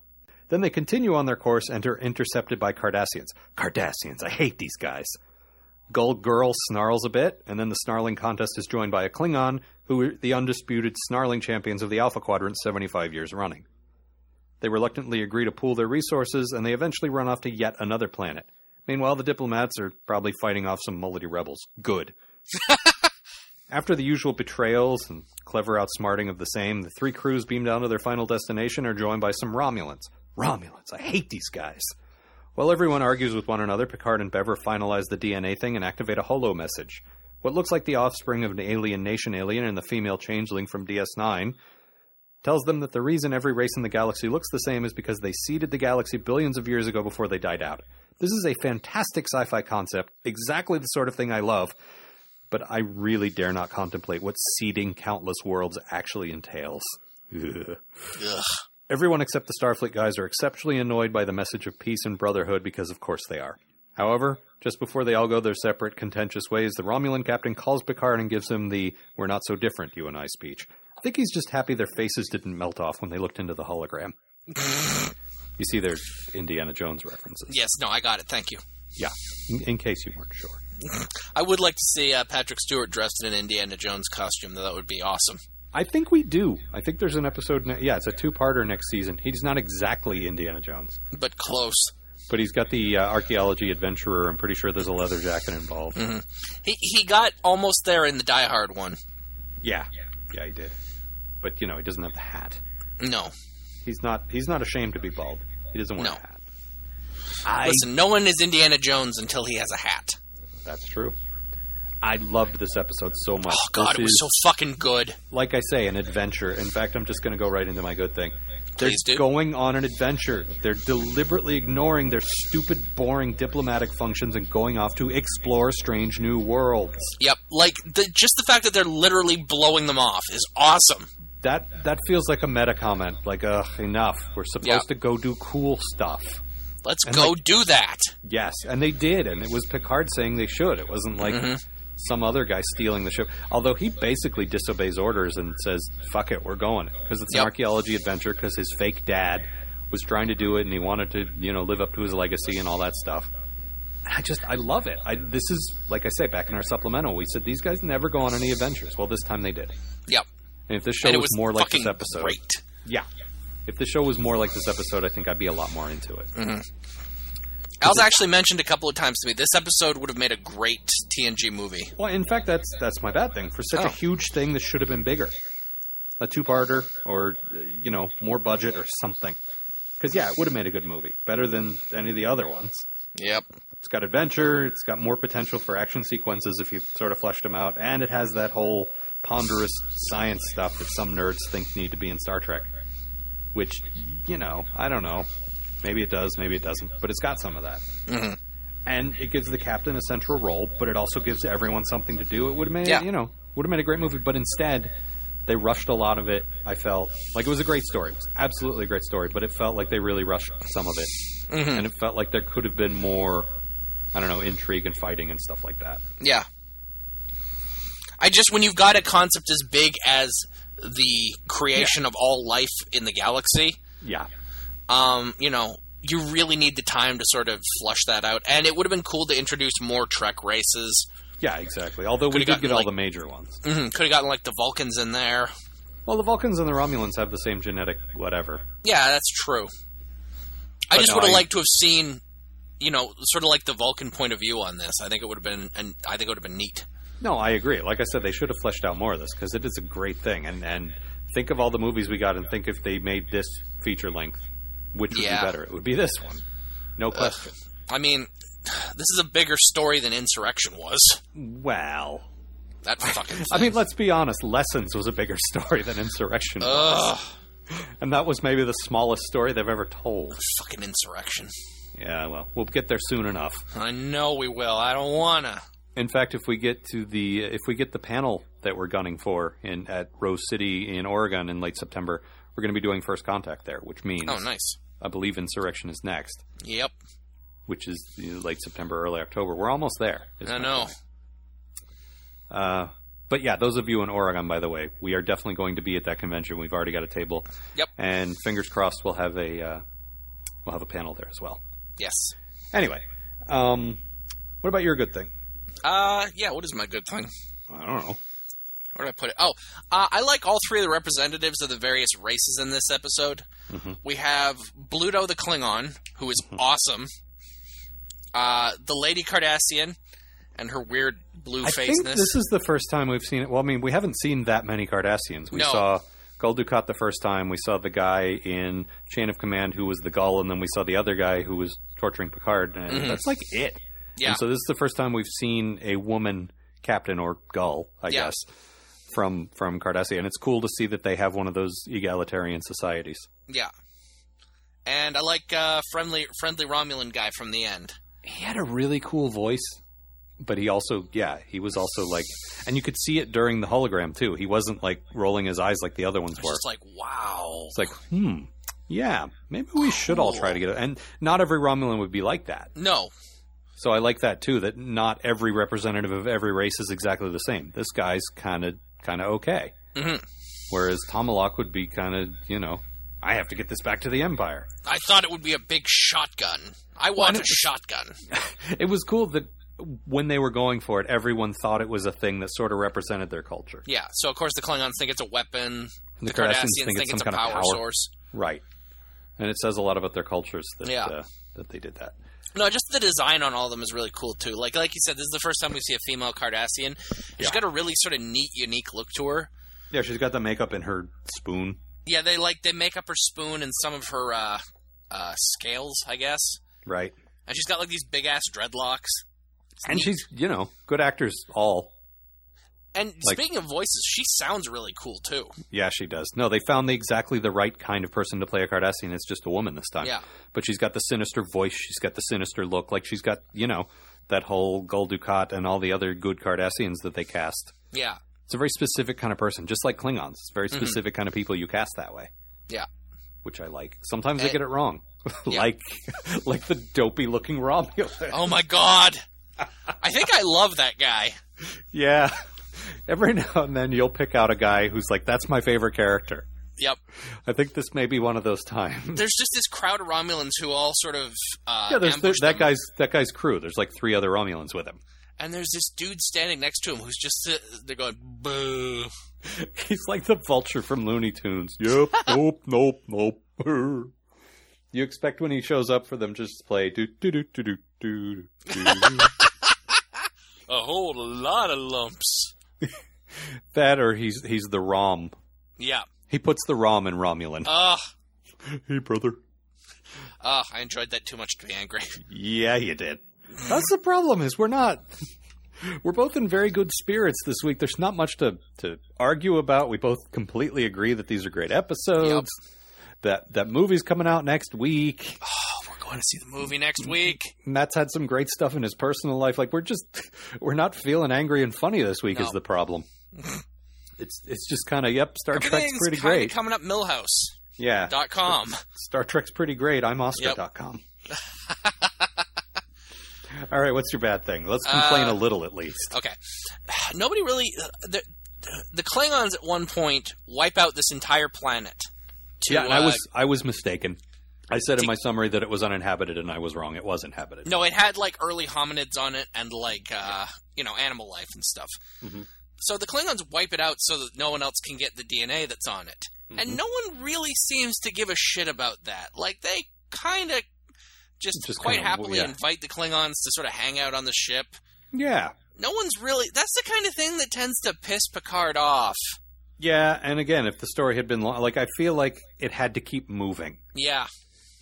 then they continue on their course and are intercepted by Cardassians. Cardassians, I hate these guys. Gull Girl snarls a bit, and then the snarling contest is joined by a Klingon, who are the undisputed snarling champions of the Alpha Quadrant 75 years running. They reluctantly agree to pool their resources, and they eventually run off to yet another planet. Meanwhile, the diplomats are probably fighting off some mullety rebels. Good. After the usual betrayals and clever outsmarting of the same, the three crews beam down to their final destination are joined by some Romulans. Romulans, I hate these guys. While everyone argues with one another, Picard and Bever finalize the DNA thing and activate a holo message. What looks like the offspring of an alien nation alien and the female changeling from DS9 tells them that the reason every race in the galaxy looks the same is because they seeded the galaxy billions of years ago before they died out. This is a fantastic sci fi concept, exactly the sort of thing I love, but I really dare not contemplate what seeding countless worlds actually entails. Ugh. Ugh. Everyone except the Starfleet guys are exceptionally annoyed by the message of peace and brotherhood because, of course, they are. However, just before they all go their separate, contentious ways, the Romulan captain calls Picard and gives him the We're not so different, you and I speech. I think he's just happy their faces didn't melt off when they looked into the hologram. you see their Indiana Jones references. Yes, no, I got it. Thank you. Yeah, in, in case you weren't sure. I would like to see uh, Patrick Stewart dressed in an Indiana Jones costume, though. That would be awesome. I think we do. I think there's an episode. Ne- yeah, it's a two-parter next season. He's not exactly Indiana Jones, But close. but he's got the uh, archaeology adventurer. I'm pretty sure there's a leather jacket involved. He he got almost there in the Die Hard one. Yeah, yeah, he did. But you know, he doesn't have the hat. No, He's not. He's not ashamed to be bald. He doesn't wear No. a hat. listen, no one is Indiana Jones until he has a hat. Oh, That's true. I loved this episode so much. Oh God, this it was is, so fucking good. like I say, an adventure. In fact, I'm just going to go right into my good thing. They're Please do. going on an adventure. They're deliberately ignoring their stupid, boring diplomatic functions and going off to explore strange new worlds. Yep, like the, just the fact that they're literally blowing them off is awesome. That that feels like a meta comment. Like, ugh, enough. We're supposed Yeah. to go do cool stuff. Let's And, go like- do that. Yes, and they did, and it was Picard saying they should. It wasn't like Mm-hmm. some other guy stealing the ship. Although he basically disobeys orders and says, "Fuck it, we're going," because it's Yep. an archaeology adventure. Because his fake dad was trying to do it, and he wanted to, you know, live up to his legacy and all that stuff. I just, I love it. I, this is, like I say, back in our supplemental, we said these guys never go on any adventures. Well, this time they did. Yep, And if this show and it was, was more like fucking this episode, great. yeah. If the show was more like this episode, I think I'd be a lot more into it. Al's actually mentioned a couple of times to me this episode would have made a great TNG movie. Well, in fact, that's that's my bad thing. For such Oh. a huge thing, this should have been bigger, a two-parter, or uh, you know, more budget or something. Because yeah, it would have made a good movie, better than any of the other ones. Yep. It's got adventure. It's got more potential for action sequences if you sort of fleshed them out, and it has that whole ponderous science stuff that some nerds think need to be in Star Trek. Which, you know, I don't know. Maybe it does, maybe it doesn't, but it's got some of that. Mhm. And it gives the captain a central role, but it also gives everyone something to do. It would have made, Yeah. you know, would have made a great movie, but instead. They rushed a lot of it. I felt like it was a great story. It was absolutely a great story, but it felt like they really rushed some of it hmm and it felt like there could have been more i don't know intrigue and fighting and stuff like that Yeah. I just when you've got a concept as big as the creation of all life in the galaxy, yeah um, you know, you really need the time to sort of flush that out. And it would have been cool to introduce more Trek races. yeah exactly although we Could've did gotten, get all like- the major ones hmm Could have gotten like the Vulcans in there. well the vulcans and the romulans have the same genetic whatever Yeah, that's true. I But just no, would have I- liked to have seen, you know, sort of like the Vulcan point of view on this. I think it would have been, and I think it would have been neat. no i agree like i said they should have fleshed out more of this because it is a great thing and and think of all the movies we got and think if they made this feature length which would Yeah. be better it would be this one no question I mean, [sighs] this is a bigger story than Insurrection was. well [laughs] That fucking. i mean let's be honest lessons was a bigger [laughs] story than insurrection Ugh, and that was maybe the smallest story they've ever told fucking insurrection. yeah well we'll get there soon enough I know we will. I don't wanna. In fact, if we get to the if we get the panel that we're gunning for in at Rose City in Oregon in late September, we're going to be doing first contact there, which means Oh, nice. I believe insurrection is next, Yep, which is you know, late September, early October. We're almost there. is I my know. point. Uh, but yeah, those of you in Oregon, by the way, we are definitely going to be at that convention. We've already got a table. Yep. And fingers crossed, we'll have a uh, we'll have a panel there as well. Yes. Anyway, um, what about your good thing? Uh, yeah. What is my good thing? I don't know. Where do I put it? Oh, uh, I like all three of the representatives of the various races in this episode. Mm-hmm. We have Bluto the Klingon, who is awesome. Uh, the Lady Cardassian, and her weird blue I think faceness. this is the first time we've seen it. Well, I mean, we haven't seen that many Cardassians. We No. saw Gul Dukat the first time. We saw the guy in Chain of Command who was the Gull, and then we saw the other guy who was torturing Picard. And Mhm. That's like it. Yeah. And so this is the first time we've seen a woman captain or Gull, I Yeah. guess. from from Cardassia, and it's cool to see that they have one of those egalitarian societies. Yeah. And I like uh, friendly friendly Romulan guy from the end. He had a really cool voice, but he also, yeah, he was also like, and you could see it during the hologram too. He wasn't like rolling his eyes like the other ones It's were. just like wow. It's like, hmm, yeah, maybe we should all try to get it. And not every Romulan would be like that. No, So I like that too. That not every representative of every race is exactly the same. This guy's kind of kind of okay, Mhm. whereas Tomalak would be kind of you know, I have to get this back to the Empire. I thought it would be a big shotgun. I want a shotgun. It was cool that when they were going for it, everyone thought it was a thing that sort of represented their culture. Yeah. So of course the Klingons think it's a weapon. And The Cardassians think, it's, a some kind power, of power. source. right? And it says a lot about their cultures that Yeah. uh, that they did that. No, just the design on all of them is really cool too. Like like you said, this is the first time we see a female Cardassian. She's Yeah. got a really sort of neat, unique look to her. Yeah, she's got the makeup in her spoon. Yeah, they like they make up her spoon and some of her uh, uh, scales, I guess. Right. And she's got like these big ass dreadlocks. It's And neat. she's, you know, good actors all. and like- speaking of voices, she sounds really cool too. Yeah, she does. No, they found the exactly the right kind of person to play a Cardassian. It's just a woman this time. Yeah. But she's got the sinister voice. She's got the sinister look. Like she's got, you know, that whole Gul Dukat and all the other good Cardassians that they cast. Yeah, It's a very specific kind of person, just like Klingons. It's very specific kind of people you cast that way. Yeah. Which I like. Sometimes they Eh. get it wrong. Yeah. like like the dopey looking Romulan. Oh [laughs] my god. I think I love that guy. Yeah. Every now and then you'll pick out a guy who's like, that's my favorite character. Yep. I think this may be one of those times. There's just this crowd of Romulans who all sort of uh, yeah, there's ambush that them. guy's that guy's crew. There's like three other Romulans with him. and there's this dude standing next to him who's just uh, they're going boo. He's like the vulture from Looney Tunes. Yep, nope, nope, nope. You expect when he shows up for them just to play do do do do do do. do. A whole lot of lumps. that or he's he's the Rom. Yeah. He puts the Rom in Romulan. Ugh. [laughs] hey brother. Ugh. I enjoyed that too much to [laughs] be angry. Yeah, you did. That's the problem is we're not. [laughs] We're both in very good spirits this week. There's not much to, to argue about. We both completely agree that these are great episodes. That that movie's coming out next week. We're going to see the movie next week. Matt's had some great stuff in his personal life. Like we're just [laughs] we're not feeling angry and funny this week No. is the problem. it's it's just kind of yep. Star Trek's Everything's pretty kinda great. coming up millhouse.com. yeah, Star Trek's pretty great. I'm Oscar.com. dot com. [laughs] All right, what's your bad thing? Let's complain Uh, a little at least. Okay. [sighs] Nobody really. uh, The, the Klingons at one point wipe out this entire planet. To, yeah, and I uh, was I was mistaken. I said in my summary that it was uninhabited, and I was wrong. It was inhabited. No, it had like early hominids on it and like uh, you know animal life and stuff. Mhm. So the Klingons wipe it out so that no one else can get the DNA that's on it, Mm-hmm. and no one really seems to give a shit about that. Like they kind of just, Just quite kinda, happily yeah. invite the Klingons to sort of hang out on the ship. Yeah, No one's really. That's the kind of thing that tends to piss Picard off. yeah. And again, if the story had been long, like I feel like it had to keep moving. Yeah,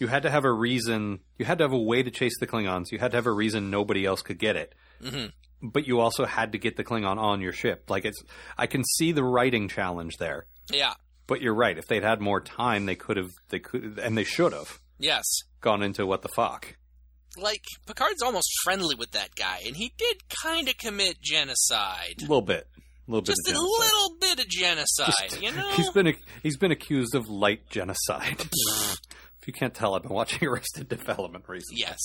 You had to have a reason. You had to have a way to chase the Klingons. You had to have a reason nobody else could get it. Mhm. But you also had to get the Klingon on your ship. Like it's, I can see the writing challenge there. yeah, But you're right. If they'd had more time, they could have. They could, and they should have yes. gone into what the fuck. Like Picard's almost friendly with that guy, and he did kind of commit genocide. A little bit. A little bit. just of a genocide. little bit of [laughs] genocide, you know? He's been he's been accused of light [laughs] genocide. if you can't tell, I've been watching [laughs] Arrested Development recently. yes.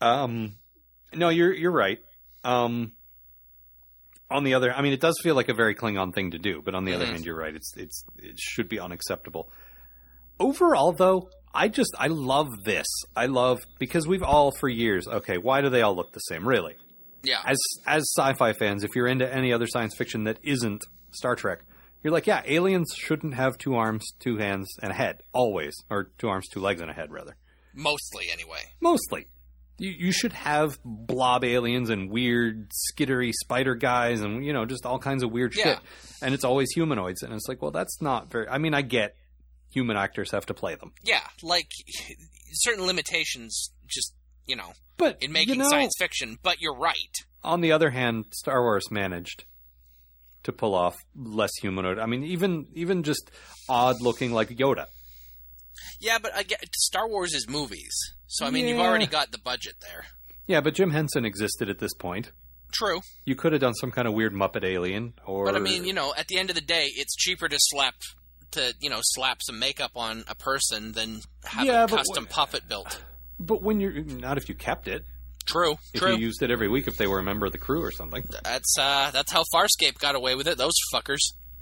Um, no, you're you're right. Um, on the other, I mean, it does feel like a very Klingon thing to do, but on the other Mhm. hand, you're right. It's it's it should be unacceptable. Overall, though, I just I love this. I love because we've all for years. Okay, why do they all look the same? Really, Yeah. as as sci-fi fans, if you're into any other science fiction that isn't Star Trek, you're like, yeah, aliens shouldn't have two arms, two hands, and a head always, or two arms, two legs, and a head rather. Mostly, anyway. Mostly, you, you should have blob aliens and weird skittery spider guys, and you know, just all kinds of weird Yeah. shit. And it's always humanoids, and it's like, well, that's not very. I mean, I get human actors have to play them, Yeah, like, [laughs] certain limitations just, you know, but in making you know, science fiction, but you're right. on the other hand, Star Wars managed to pull off less humanoid. I mean, even even just odd looking like Yoda. Yeah, but I get, Star Wars is movies, so I mean you've already got the budget there. Yeah, but Jim Henson existed at this point. True, You could have done some kind of weird Muppet alien, or but I mean you know at the end of the day, it's cheaper to slap to you know slap some makeup on a person than have Yeah, a but custom what- puppet built. But when you're not if you kept it, True, if true. you used it every week, if they were a member of the crew or something. that's uh, that's how Farscape got away with it. Those fuckers.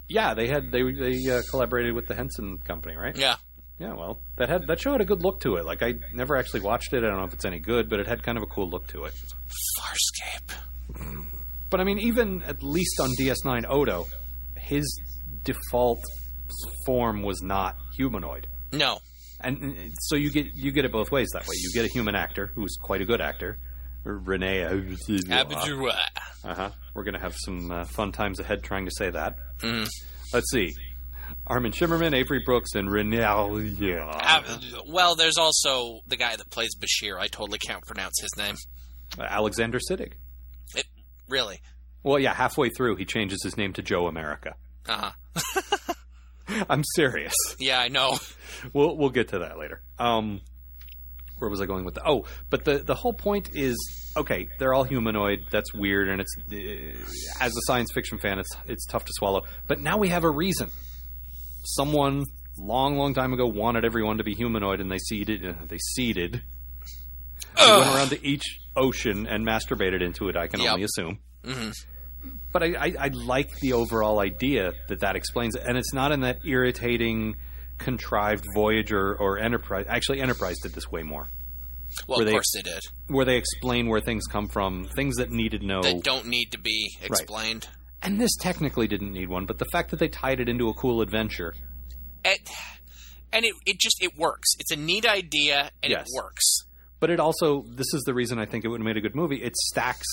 Yeah, they had they they uh, collaborated with the Henson company, right? Yeah. Yeah, well, that had that show had a good look to it. Like I never actually watched it. I don't know if it's any good, but it had kind of a cool look to it. Farscape. But I mean, even at least on DS9 Odo, his default form was not humanoid. No. And uh, so you get you get it both ways that way. You get a human actor who's quite a good actor, Renee uh, Abdul. Abdurrah. Uh huh. We're gonna have some uh, fun times ahead trying to say that. Mhm. Let's see. Armin Shimmerman, Avery Brooks, and Renee. Ab- well, there's also the guy that plays Bashir. I totally can't pronounce his name. Alexander Siddig. Really. Well, yeah, halfway through he changes his name to Joe America. Uh huh. I'm serious. Yeah, I know. [laughs] We'll we'll get to that later. Um, where was I going with the? Oh, but the the whole point is okay. They're all humanoid. That's weird, and it's uh, as a science fiction fan, it's it's tough to swallow. But now we have a reason. Someone long long time ago wanted everyone to be humanoid, and they seeded uh, they seeded. They went around to each ocean and masturbated into it. I can Yep. only assume. Mhm. But I, I, I like the overall idea that that explains it, and it's not in that irritating, contrived Voyager or Enterprise. Actually, Enterprise did this way more, Well, Were of they- course they did. where they explain where things come from, things that needed no. That don't need to be explained. And this technically didn't need one, but the fact that they tied it into a cool adventure, It, and it, it just it works. It's a neat idea and Yes. it works. but it also this is the reason I think it would have made a good movie. It stacks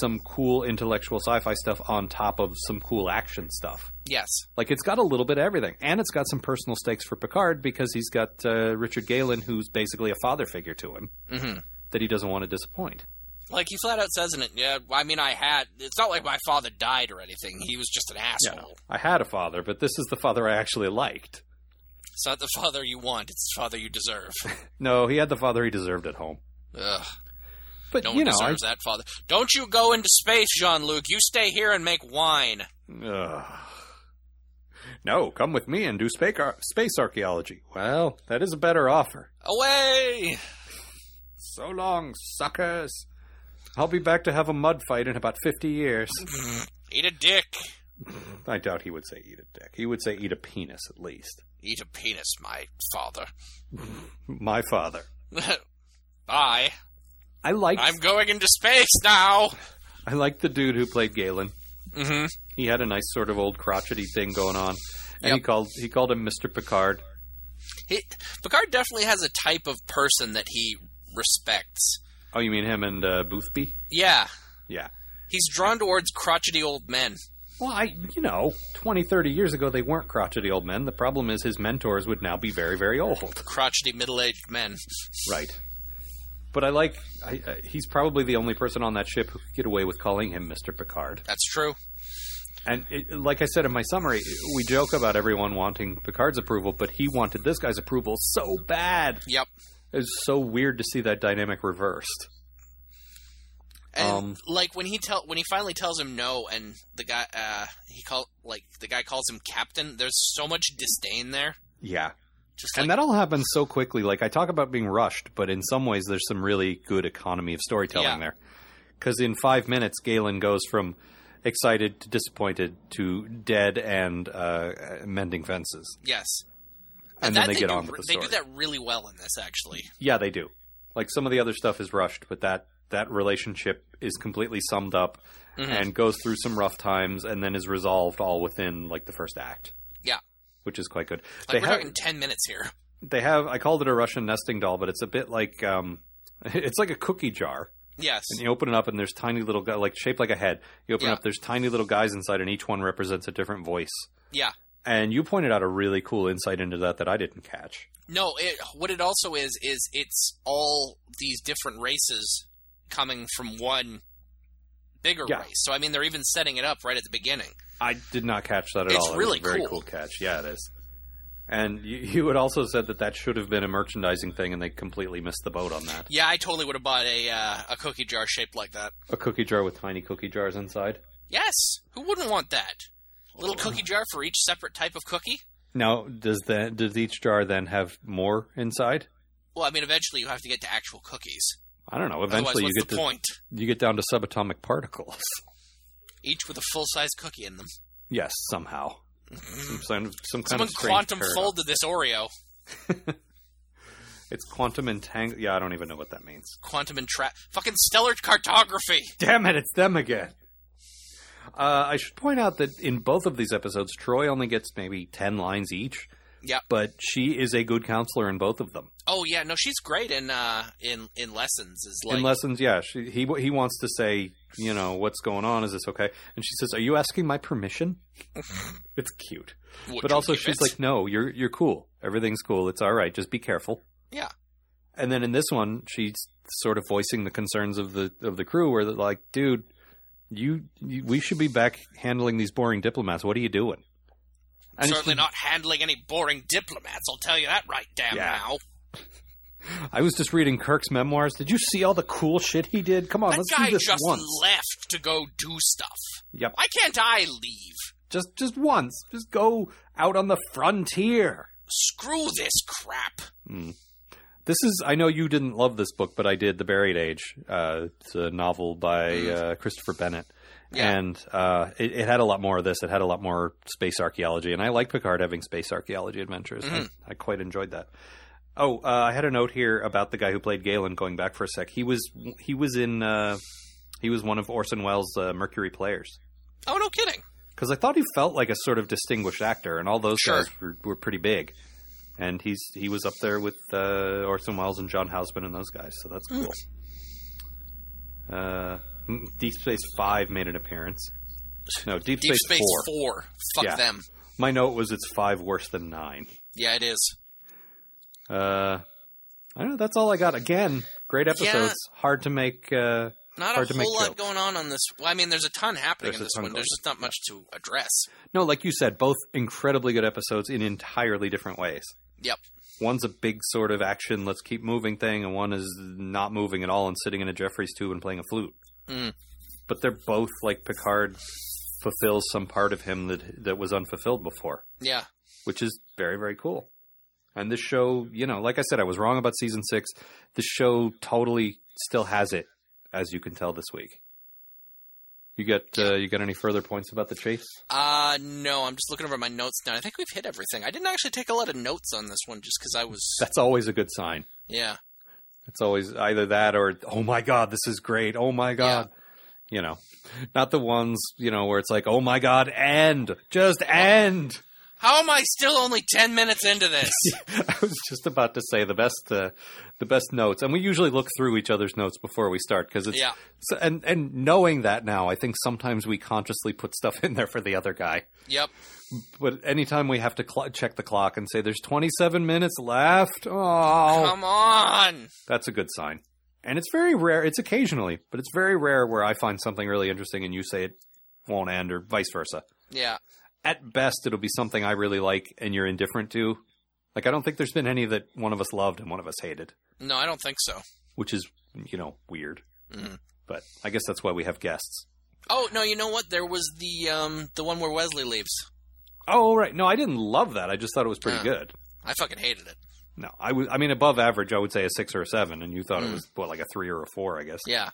some cool intellectual sci-fi stuff on top of some cool action stuff. Yes. Like it's got a little bit of everything, and it's got some personal stakes for Picard because he's got uh, Richard Galen, who's basically a father figure to him hmm that he doesn't want to disappoint. Like he flat out says in it. Yeah. I mean, I had. It's not like my father died or anything. He was just an asshole. I had a father, but this is the father I actually liked. It's not the [laughs] father you want. It's the father [laughs] you deserve. No, he had the father he deserved at home. Ugh. But No you one know, I, deserves that father. Don't you go into space, Jean Luc. You stay here and make wine. Ugh. no, come with me and do space, ar- space archaeology. Well, that is a better offer. Away! So long, suckers. I'll be back to have a mud fight in about fifty [laughs] years. Eat a dick. I doubt he would say eat a dick. He would say eat a penis at least. Eat a penis, my father. [laughs] My father. Bye. I like I'm going into space now. I like the dude who played Galen. Mm-hmm. He had a nice sort of old crotchety thing going on, and he Yep. called he called him Mister Picard. He, Picard definitely has a type of person that he respects. Oh, you mean him and uh, Boothby? Yeah. Yeah. He's drawn towards crotchety old men. Well, I you know, 20, 30 years ago they weren't crotchety old men. The problem is his mentors would now be very, very old. Crotchety middle-aged men. Right. But I like I, I, he's probably the only person on that ship who could get away with calling him Mister Picard. That's true. And it, like I said in my summary, we joke about everyone wanting Picard's approval, but he wanted this guy's approval so bad. Yep. It was so weird to see that dynamic reversed. And Um, like when he tell when he finally tells him no, and the guy uh, he call like the guy calls him captain. There's so much disdain there. Yeah. Just And like, that all happens so quickly. Like, I talk about being rushed, but in some ways, there's some really good economy of storytelling Yeah. there. Because in five minutes, Galen goes from excited to disappointed to dead and uh, mending fences. yes, And, then that they get do, on with the They story. do that really well in this, actually. Yeah, they do. Like, some of the other stuff is rushed, but that, that relationship is completely summed up Mm-hmm. and goes through some rough times and then is resolved all within, like, the first act. Yeah. Which is quite good. Like we're have- talking ten minutes here. they have i called it a russian nesting doll but it's a bit like um [laughs] it's like a cookie jar Yes, and you open it up and there's tiny little guy like shaped like a head you open it Yeah. up there's tiny little guys inside and each one represents a different voice yeah. and you pointed out a really cool insight into that that i didn't catch No, it, what it also is is it's all these different races coming from one bigger Yeah. race. So I mean, they're even setting it up right at the beginning. I did not catch that at It's all. really it was a very cool. cool. catch. Yeah, it is. And you, you had also said that that should have been a merchandising thing, and they completely missed the boat on that. Yeah, I totally would have bought a uh, a cookie jar shaped like that. A cookie jar with tiny cookie jars inside. Yes, who wouldn't want that? Little Oh. cookie jar for each separate type of cookie. Now, does the does each jar then have more inside? Well, I mean, eventually you have to get to actual cookies. I don't know. Otherwise, Eventually, you what's get the to point? you get down to subatomic particles. [laughs] Each with a full size cookie in them. yes, somehow. Some, some, some kind Someone of strange quantum paradox. folded this Oreo. It's quantum entangle. Yeah, I don't even know what that means. Quantum and trap. Fucking stellar cartography. Damn it, it's them again. Uh, I should point out that in both of these episodes, Troy only gets maybe 10 lines each, Yep. but she is a good counselor in both of them. Oh yeah, no, she's great in uh in in lessons. Is like in lessons, yeah, she, he, he wants to say, you know, what's going on? Is this okay? And she says, Are you asking my [laughs] permission? it's cute. would but you also, give she's it? like, No, you're, you're cool. Everything's cool. It's all right. Just be careful. yeah, and then in this one she's sort of voicing the concerns of the of the crew where they're like dude you, you we should be back handling these boring diplomats what are you doing And certainly she- not handling any boring diplomats. I'll tell you that right damn Yeah. now. i was just reading kirk's memoirs did you see all the cool shit he did come on that Oh, let's guy do this just once left to go do stuff. yep Why can't I leave? just just once just go out on the frontier Screw this crap. this is i know you didn't love this book but i did the buried age uh, it's a novel by uh, christopher bennett Yeah. and uh, it, it had a lot more of this it had a lot more space archaeology and i like picard having space archaeology adventures I, I quite enjoyed that oh uh, i had a note here about the guy who played galen going back for a sec he was he was in uh, he was one of orson welles uh, mercury players Oh no, kidding. because I thought he felt like a sort of distinguished actor, and all those Sure. guys were, were pretty big. And he's he was up there with uh, Orson Welles and John Houseman and those guys, so that's cool. Uh, m- Deep Space Five made an appearance. No, Deep, Deep Space Four. Four. Fuck Yeah. them. My note was it's five worse than nine. Yeah, it is. Uh, I don't know. That's all I got. Again, great episodes. Hard to make. Uh, Not Hard a to make whole lot jokes. going on on this. Well, I mean, there's a ton happening There's in a this ton one. going There's just not much to address. no, like you said, both incredibly good episodes in entirely different ways. Yep. one's a big sort of action let's keep moving thing and one is not moving at all and sitting in a jeffrey's tube and playing a flute Mm. but they're both like picard fulfills some part of him that that was unfulfilled before Yeah. which is very very cool and this show you know like i said i was wrong about season six this show totally still has it as you can tell this week you got uh, you got any further points about the chase Uh, no, I'm just looking over my notes now. I think we've hit everything. I didn't actually take a lot of notes on this one just because I [laughs] was. that's always a good sign Yeah. It's always either that or oh my god, this is great. Oh my god. You know, not the ones, you know, where it's like, oh my god, and just and. How am I still only 10 minutes into this? [laughs] I was just about to say the best, uh, the best notes, and we usually look through each other's notes before we start because it's Yeah. so, and and knowing that now, I think sometimes we consciously put stuff in there for the other guy. yep. But anytime we have to cl- check the clock and say there's 27 minutes left, oh, Come on. That's a good sign. And it's very rare. It's occasionally, but it's very rare where I find something really interesting and you say it won't end or vice versa. Yeah. At best, it'll be something I really like and you're indifferent to. Like, I don't think there's been any that one of us loved and one of us hated, No, I don't think so. which is, you know, weird. Mhm. But I guess that's why we have guests. Oh, no, you know what? There was the um the one where Wesley leaves. Oh, right. No, I didn't love that. I just thought it was pretty Huh. good. I fucking hated it. No, I was, I mean, above average, I would say a six or a seven, and you thought it was, what, like a three or a four, I guess. Mm. Yeah.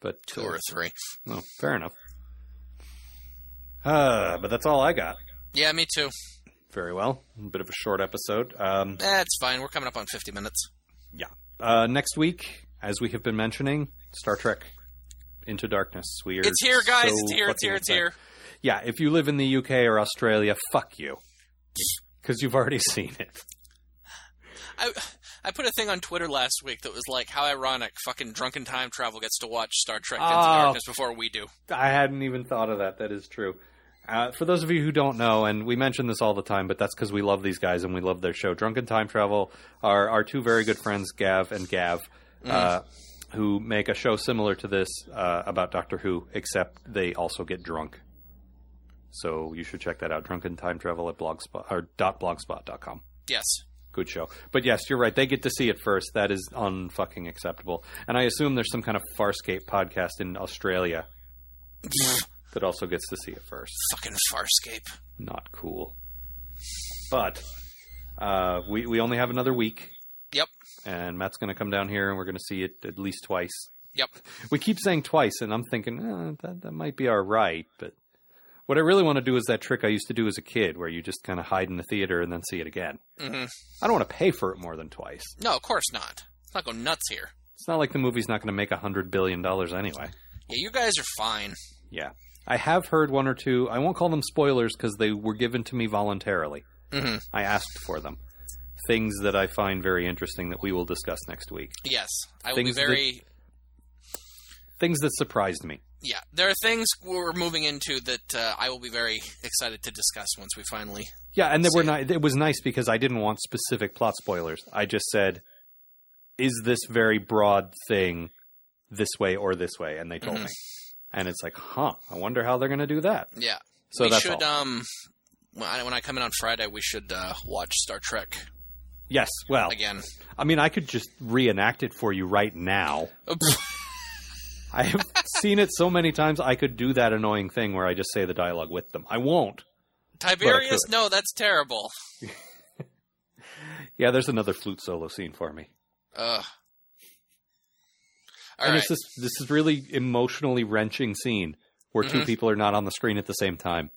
But Two uh, or three. Oh, fair enough. Uh, but that's all I got. Yeah, me too. Very well. A bit of a short episode. Um, That's fine. We're coming up on 50 minutes. yeah. Uh, next week, as we have been mentioning, Star Trek Into Darkness. We are It's here, guys. so it's here. It's fucking here. It's excited. here. Yeah, if you live in the UK or Australia, fuck [laughs] you. Because you've already [laughs] seen it. I I put a thing on Twitter last week that was like, how ironic fucking drunken time travel gets to watch Star Trek Into Oh. Darkness before we do. I hadn't even thought of that. That is true. Uh, for those of you who don't know, and we mention this all the time, but that's because we love these guys and we love their show. Drunken Time Travel are our two very good friends, Gav and Gav. Uh, who make a show similar to this uh, about Doctor Who, except they also get drunk. So you should check that out. Drunken Time Travel at blogspot or dot blogspot.com. Yes. Good show. But yes, you're right. They get to see it first. That is unfucking acceptable. And I assume there's some kind of Farscape podcast in Australia that also gets to see it first. Fucking Farscape. Not cool. But uh, we we only have another week, Yep. and Matt's going to come down here, and we're going to see it at least twice. Yep. We keep saying twice, and I'm thinking eh, that that might be all right. But what I really want to do is that trick I used to do as a kid, where you just kind of hide in the theater and then see it again. Mhm. I don't want to pay for it more than twice. No, of course not. Let's not go nuts here. It's not like the movie's not going to make a hundred billion dollars anyway. Yeah, you guys are fine. Yeah, I have heard one or two. I won't call them spoilers because they were given to me voluntarily. Mhm. I asked for them. Things that I find very interesting that we will discuss next week. Yes. I will be Things that- very. Things that surprised me. Yeah. There are things we're moving into that uh, I will be very excited to discuss once we finally. Yeah, and they were Same. ni- it was nice because I didn't want specific plot spoilers. I just said, "Is this very broad thing this way or this way?" And they told Mhm. me, and it's like, "Huh? I wonder how they're going to do that." Yeah. So we that's should, all. um. When I, when I come in on Friday, we should uh, watch Star Trek yes. Well, again. I mean, I could just reenact it for you right now. I have seen it so many times. I could do that annoying thing where I just say the dialogue with them. I won't. [laughs] Tiberius? could. No, that's terrible. Yeah, there's another flute solo scene for me. Ugh. All and right. it's this this is really emotionally wrenching scene where Mm-hmm. two people are not on the screen at the same time,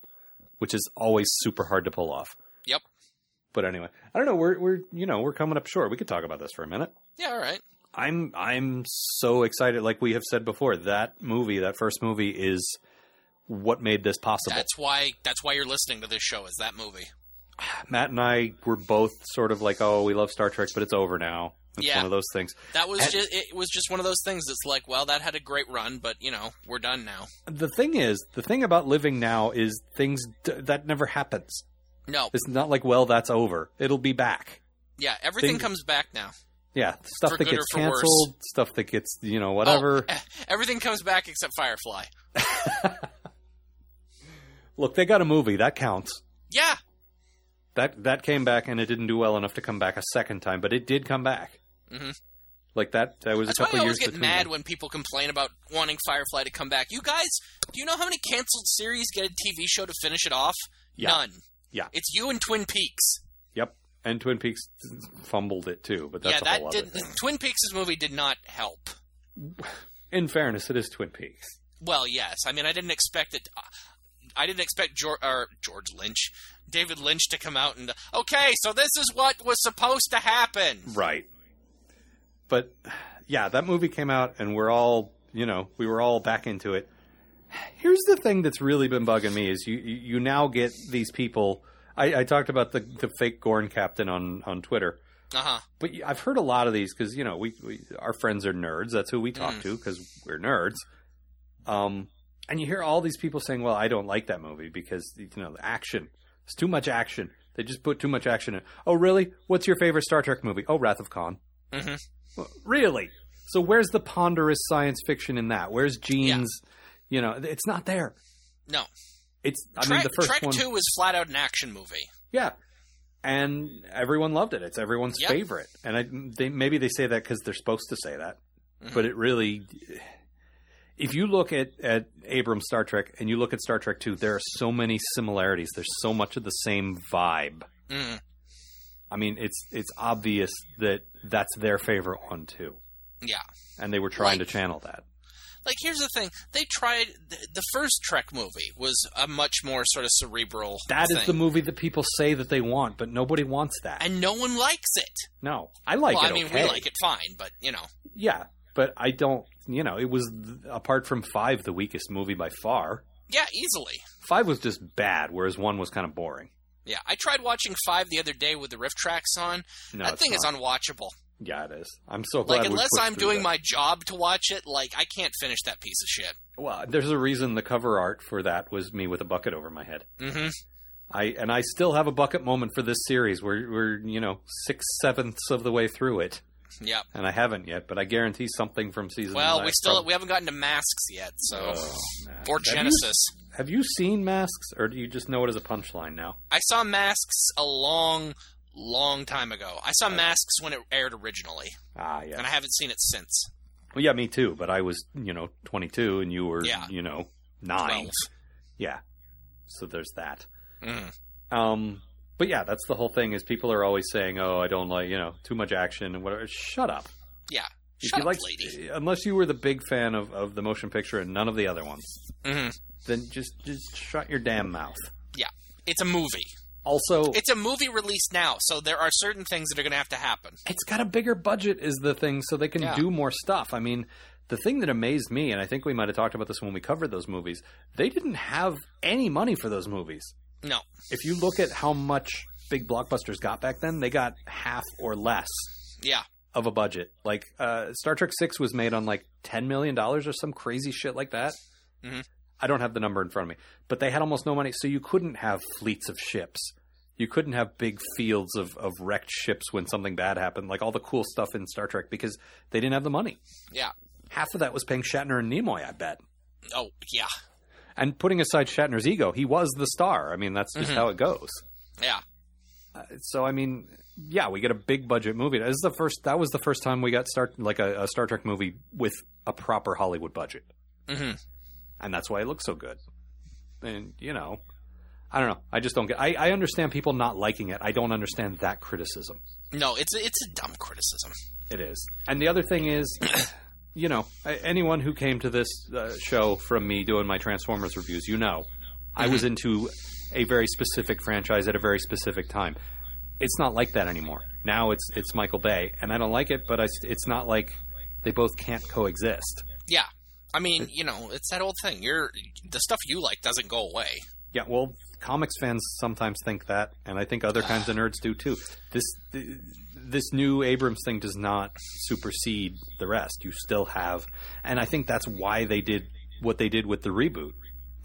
which is always super hard to pull off. Yep. But anyway, I don't know. We're we're you know we're coming up short. We could talk about this for a minute. Yeah, all right. I'm I'm so excited. Like we have said before, that movie, that first movie, is what made this possible. That's why. That's why you're listening to this show. Is that movie? Matt and I were both sort of like, oh, we love Star Trek, but it's over now. It's Yeah. one of those things. That was And- just. It was just one of those things that's like, well, that had a great run, but you know, we're done now. The thing is, the thing about living now is things d- that never happens. No. It's not like, well, that's over. It'll be back. Yeah, everything thing- comes back now. Yeah, stuff For that good or gets for worse. canceled, stuff that gets, you know, whatever. Oh, eh, everything comes back except Firefly. Look, they got a movie that counts. Yeah. That that came back and it didn't do well enough to come back a second time, but it did come back. Mhm. Like that, that was That's a why I couple always years. get between mad them. when people complain about wanting Firefly to come back. You guys, do you know how many canceled series get a TV show to finish it off? Yeah. None. Yeah. It's you and Twin Peaks. Yep, and Twin Peaks fumbled it too, but that's yeah, a whole that other did thing. Twin Peaks' movie did not help. In fairness, it is Twin Peaks. Well, yes. I mean, I didn't expect it. uh, I didn't expect George, or George Lynch, David Lynch, to come out and okay, so this is what was supposed to happen. Right. But yeah, that movie came out and we're all, you know, we were all back into it. Here's the thing that's really been bugging me is you you you now get these people I, I talked about the, the fake Gorn captain on, on Twitter, Uh huh. but you- I've heard a lot of these because you know we, we our friends are nerds. That's who we talk Mm. to to because we're nerds. Um, and you hear all these people saying, "Well, I don't like that movie because you know the action. It's too much action. They just put too much action in." it." Oh, really? What's your favorite Star Trek movie? Oh, Wrath of Khan. Mhm. Well, really? So where's the ponderous science fiction in that? Where's Gene's? You know, it's not there. No. It's. I Trek, mean, the first Trek one. Two is flat out an action movie. Yeah. And everyone loved it. It's everyone's Yep. favorite. And I, they, maybe they say that because they're supposed to say that. Mm-hmm. But it really, if you look at, at Abrams Star Trek and you look at Star Trek 2, there are so many similarities. There's so much of the same vibe. Mm. I mean, it's it's obvious that that's their favorite one too, Yeah. and they were trying Right. to channel that. Like here's the thing: they tried the, the first Trek movie was a much more sort of cerebral. That is thing, the movie that people say that they want, but nobody wants that. and no one likes it. no, I like well, it. I mean, okay. we like it fine, but you know, Yeah, but I don't. You know, it was th- apart from five the weakest movie by far. yeah, easily. Five was just bad, whereas one was kind of boring. Yeah, I tried watching Five the other day with the riff tracks on. No, that it's thing not. is unwatchable. Yeah, it is. I'm so glad. Like we unless pushed I'm through doing that. my job to watch it, like I can't finish that piece of shit. Well, there's a reason the cover art for that was me with a bucket over my head. Mm-hmm. I and I still have a bucket moment for this series. We're we're you know six sevenths of the way through it. Yep. and I haven't yet, but I guarantee something from season. Well, nine we still prob- we haven't gotten to masks yet, so Oh, man. or Have you- Genesis. Have you seen Masks, or do you just know it as a punchline now? I saw masks a long, long time ago. I saw masks when it aired originally, Ah, yeah. and I haven't seen it since. well, yeah, me too. But I was, you know, 22, and you were, Yeah. you know, nine. Twelve. Yeah. So there's that. Mm. Um, but yeah, that's the whole thing. Is people are always saying, "Oh, I don't like, you know, too much action and whatever." Shut up. Yeah. If Shut you up, like- lady. Unless you were the big fan of, of the motion picture and none of the other ones, hmm then just just shut your damn mouth. Yeah. It's a movie. Also, It's a movie released now, so there are certain things that are going to have to happen. it's got a bigger budget is the thing so they can Yeah. do more stuff i mean the thing that amazed me and i think we might have talked about this when we covered those movies they didn't have any money for those movies No. if you look at how much big blockbusters got back then they got half or less Yeah. of a budget like uh, star trek 6 was made on like 10 million dollars or some crazy shit like that Mhm. i don't have the number in front of me but they had almost no money so you couldn't have fleets of ships you couldn't have big fields of, of wrecked ships when something bad happened like all the cool stuff in star trek because they didn't have the money Yeah. half of that was paying shatner and nimoy i bet Oh, yeah. and putting aside shatner's ego he was the star i mean that's just how it goes Yeah. so I mean, yeah, we get a big budget movie. This is the first. That was the first time we got start like a, a Star Trek movie with a proper Hollywood budget, Mhm. and that's why it looks so good. And you know, I don't know. I just don't get. I, I understand people not liking it. I don't understand that criticism. No, it's a, it's a dumb criticism. It is. And the other thing is, [coughs] you know, a- anyone who came to this uh, show from me doing my Transformers reviews, you know, I was into a very specific franchise at a very specific time. It's not like that anymore. Now it's it's Michael Bay, and I don't like it, but I, s- it's not like they both can't coexist. Yeah. I mean, you know, it's that old thing. You're the stuff you like doesn't go away. Yeah, well, comics fans sometimes think that, and I think other kinds of nerds do too. This th- this new Abrams thing does not supersede the rest. You still have, and I think that's why they did what they did with the reboot.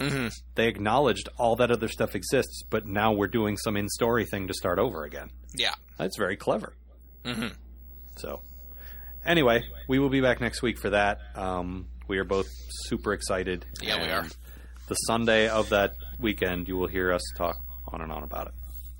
Mm-hmm. They acknowledged all that other stuff exists, but now we're doing some in story thing to start over again. Yeah. That's very clever. Mhm. So, anyway, we will be back next week for that. Um, we are both super excited. Yeah, we and are. The Sunday of that weekend, you will hear us talk on and on about it.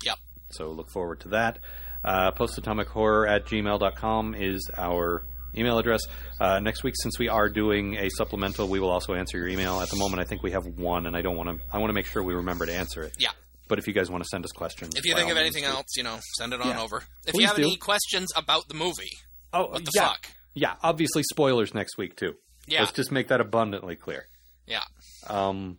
Yep. So, look forward to that. Uh, postatomichorror at gmail.com is our email address. Uh, next week, since we are doing a supplemental, we will also answer your email. At the moment, I think we have one, and I don't want to. I want to make sure we remember to answer it. Yeah. But if you guys want to send us questions, If you by think all of means, anything do. else, you know, send it on Yeah. over. If Please you have do. any questions about the movie, oh, what the yeah. fuck? Yeah, obviously spoilers next week too. Yeah. Let's just make that abundantly clear. Yeah. Um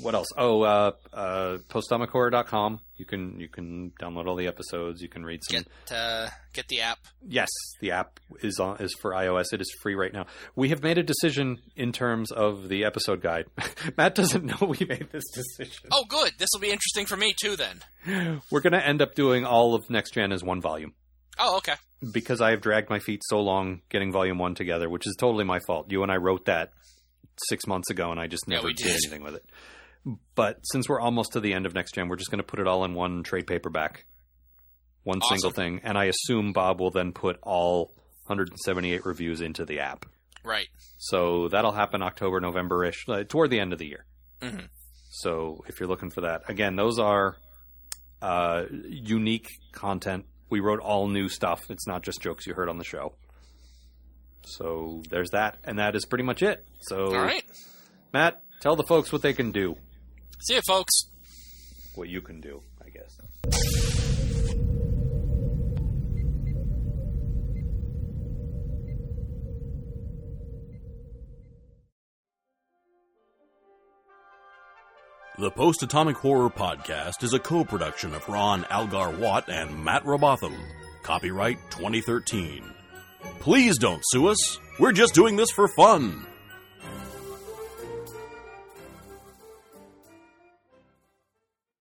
what else? Oh, uh uh postomachorror.com. You can you can download all the episodes, you can read some Get uh, get the app. Yes, the app is on is for iOS. It is free right now. We have made a decision in terms of the episode guide. [laughs] Matt doesn't know we made this decision. Oh, good. This will be interesting for me too. Then. We're going to end up doing all of next gen as one volume. Oh, okay. because I have dragged my feet so long getting volume one together, which is totally my fault. You and I wrote that six months ago, and I just Yeah, never we did. did. anything with it. But since we're almost to the end of next gen, we're just going to put it all in one trade paperback, one Awesome. single thing, and I assume Bob will then put all 178 reviews into the app. Right. So that'll happen October, November ish, toward the end of the year. Mhm. So if you're looking for that, again, those are uh, unique content. We wrote all new stuff. It's not just jokes you heard on the show. So there's that, and that is pretty much it. So All right. Matt, tell the folks what they can do, See you, folks. what you can do, I guess. The Post Atomic Horror Podcast is a co production of Ron Algar Watt and Matt Robotham. Copyright 2013. Please don't sue us. We're just doing this for fun.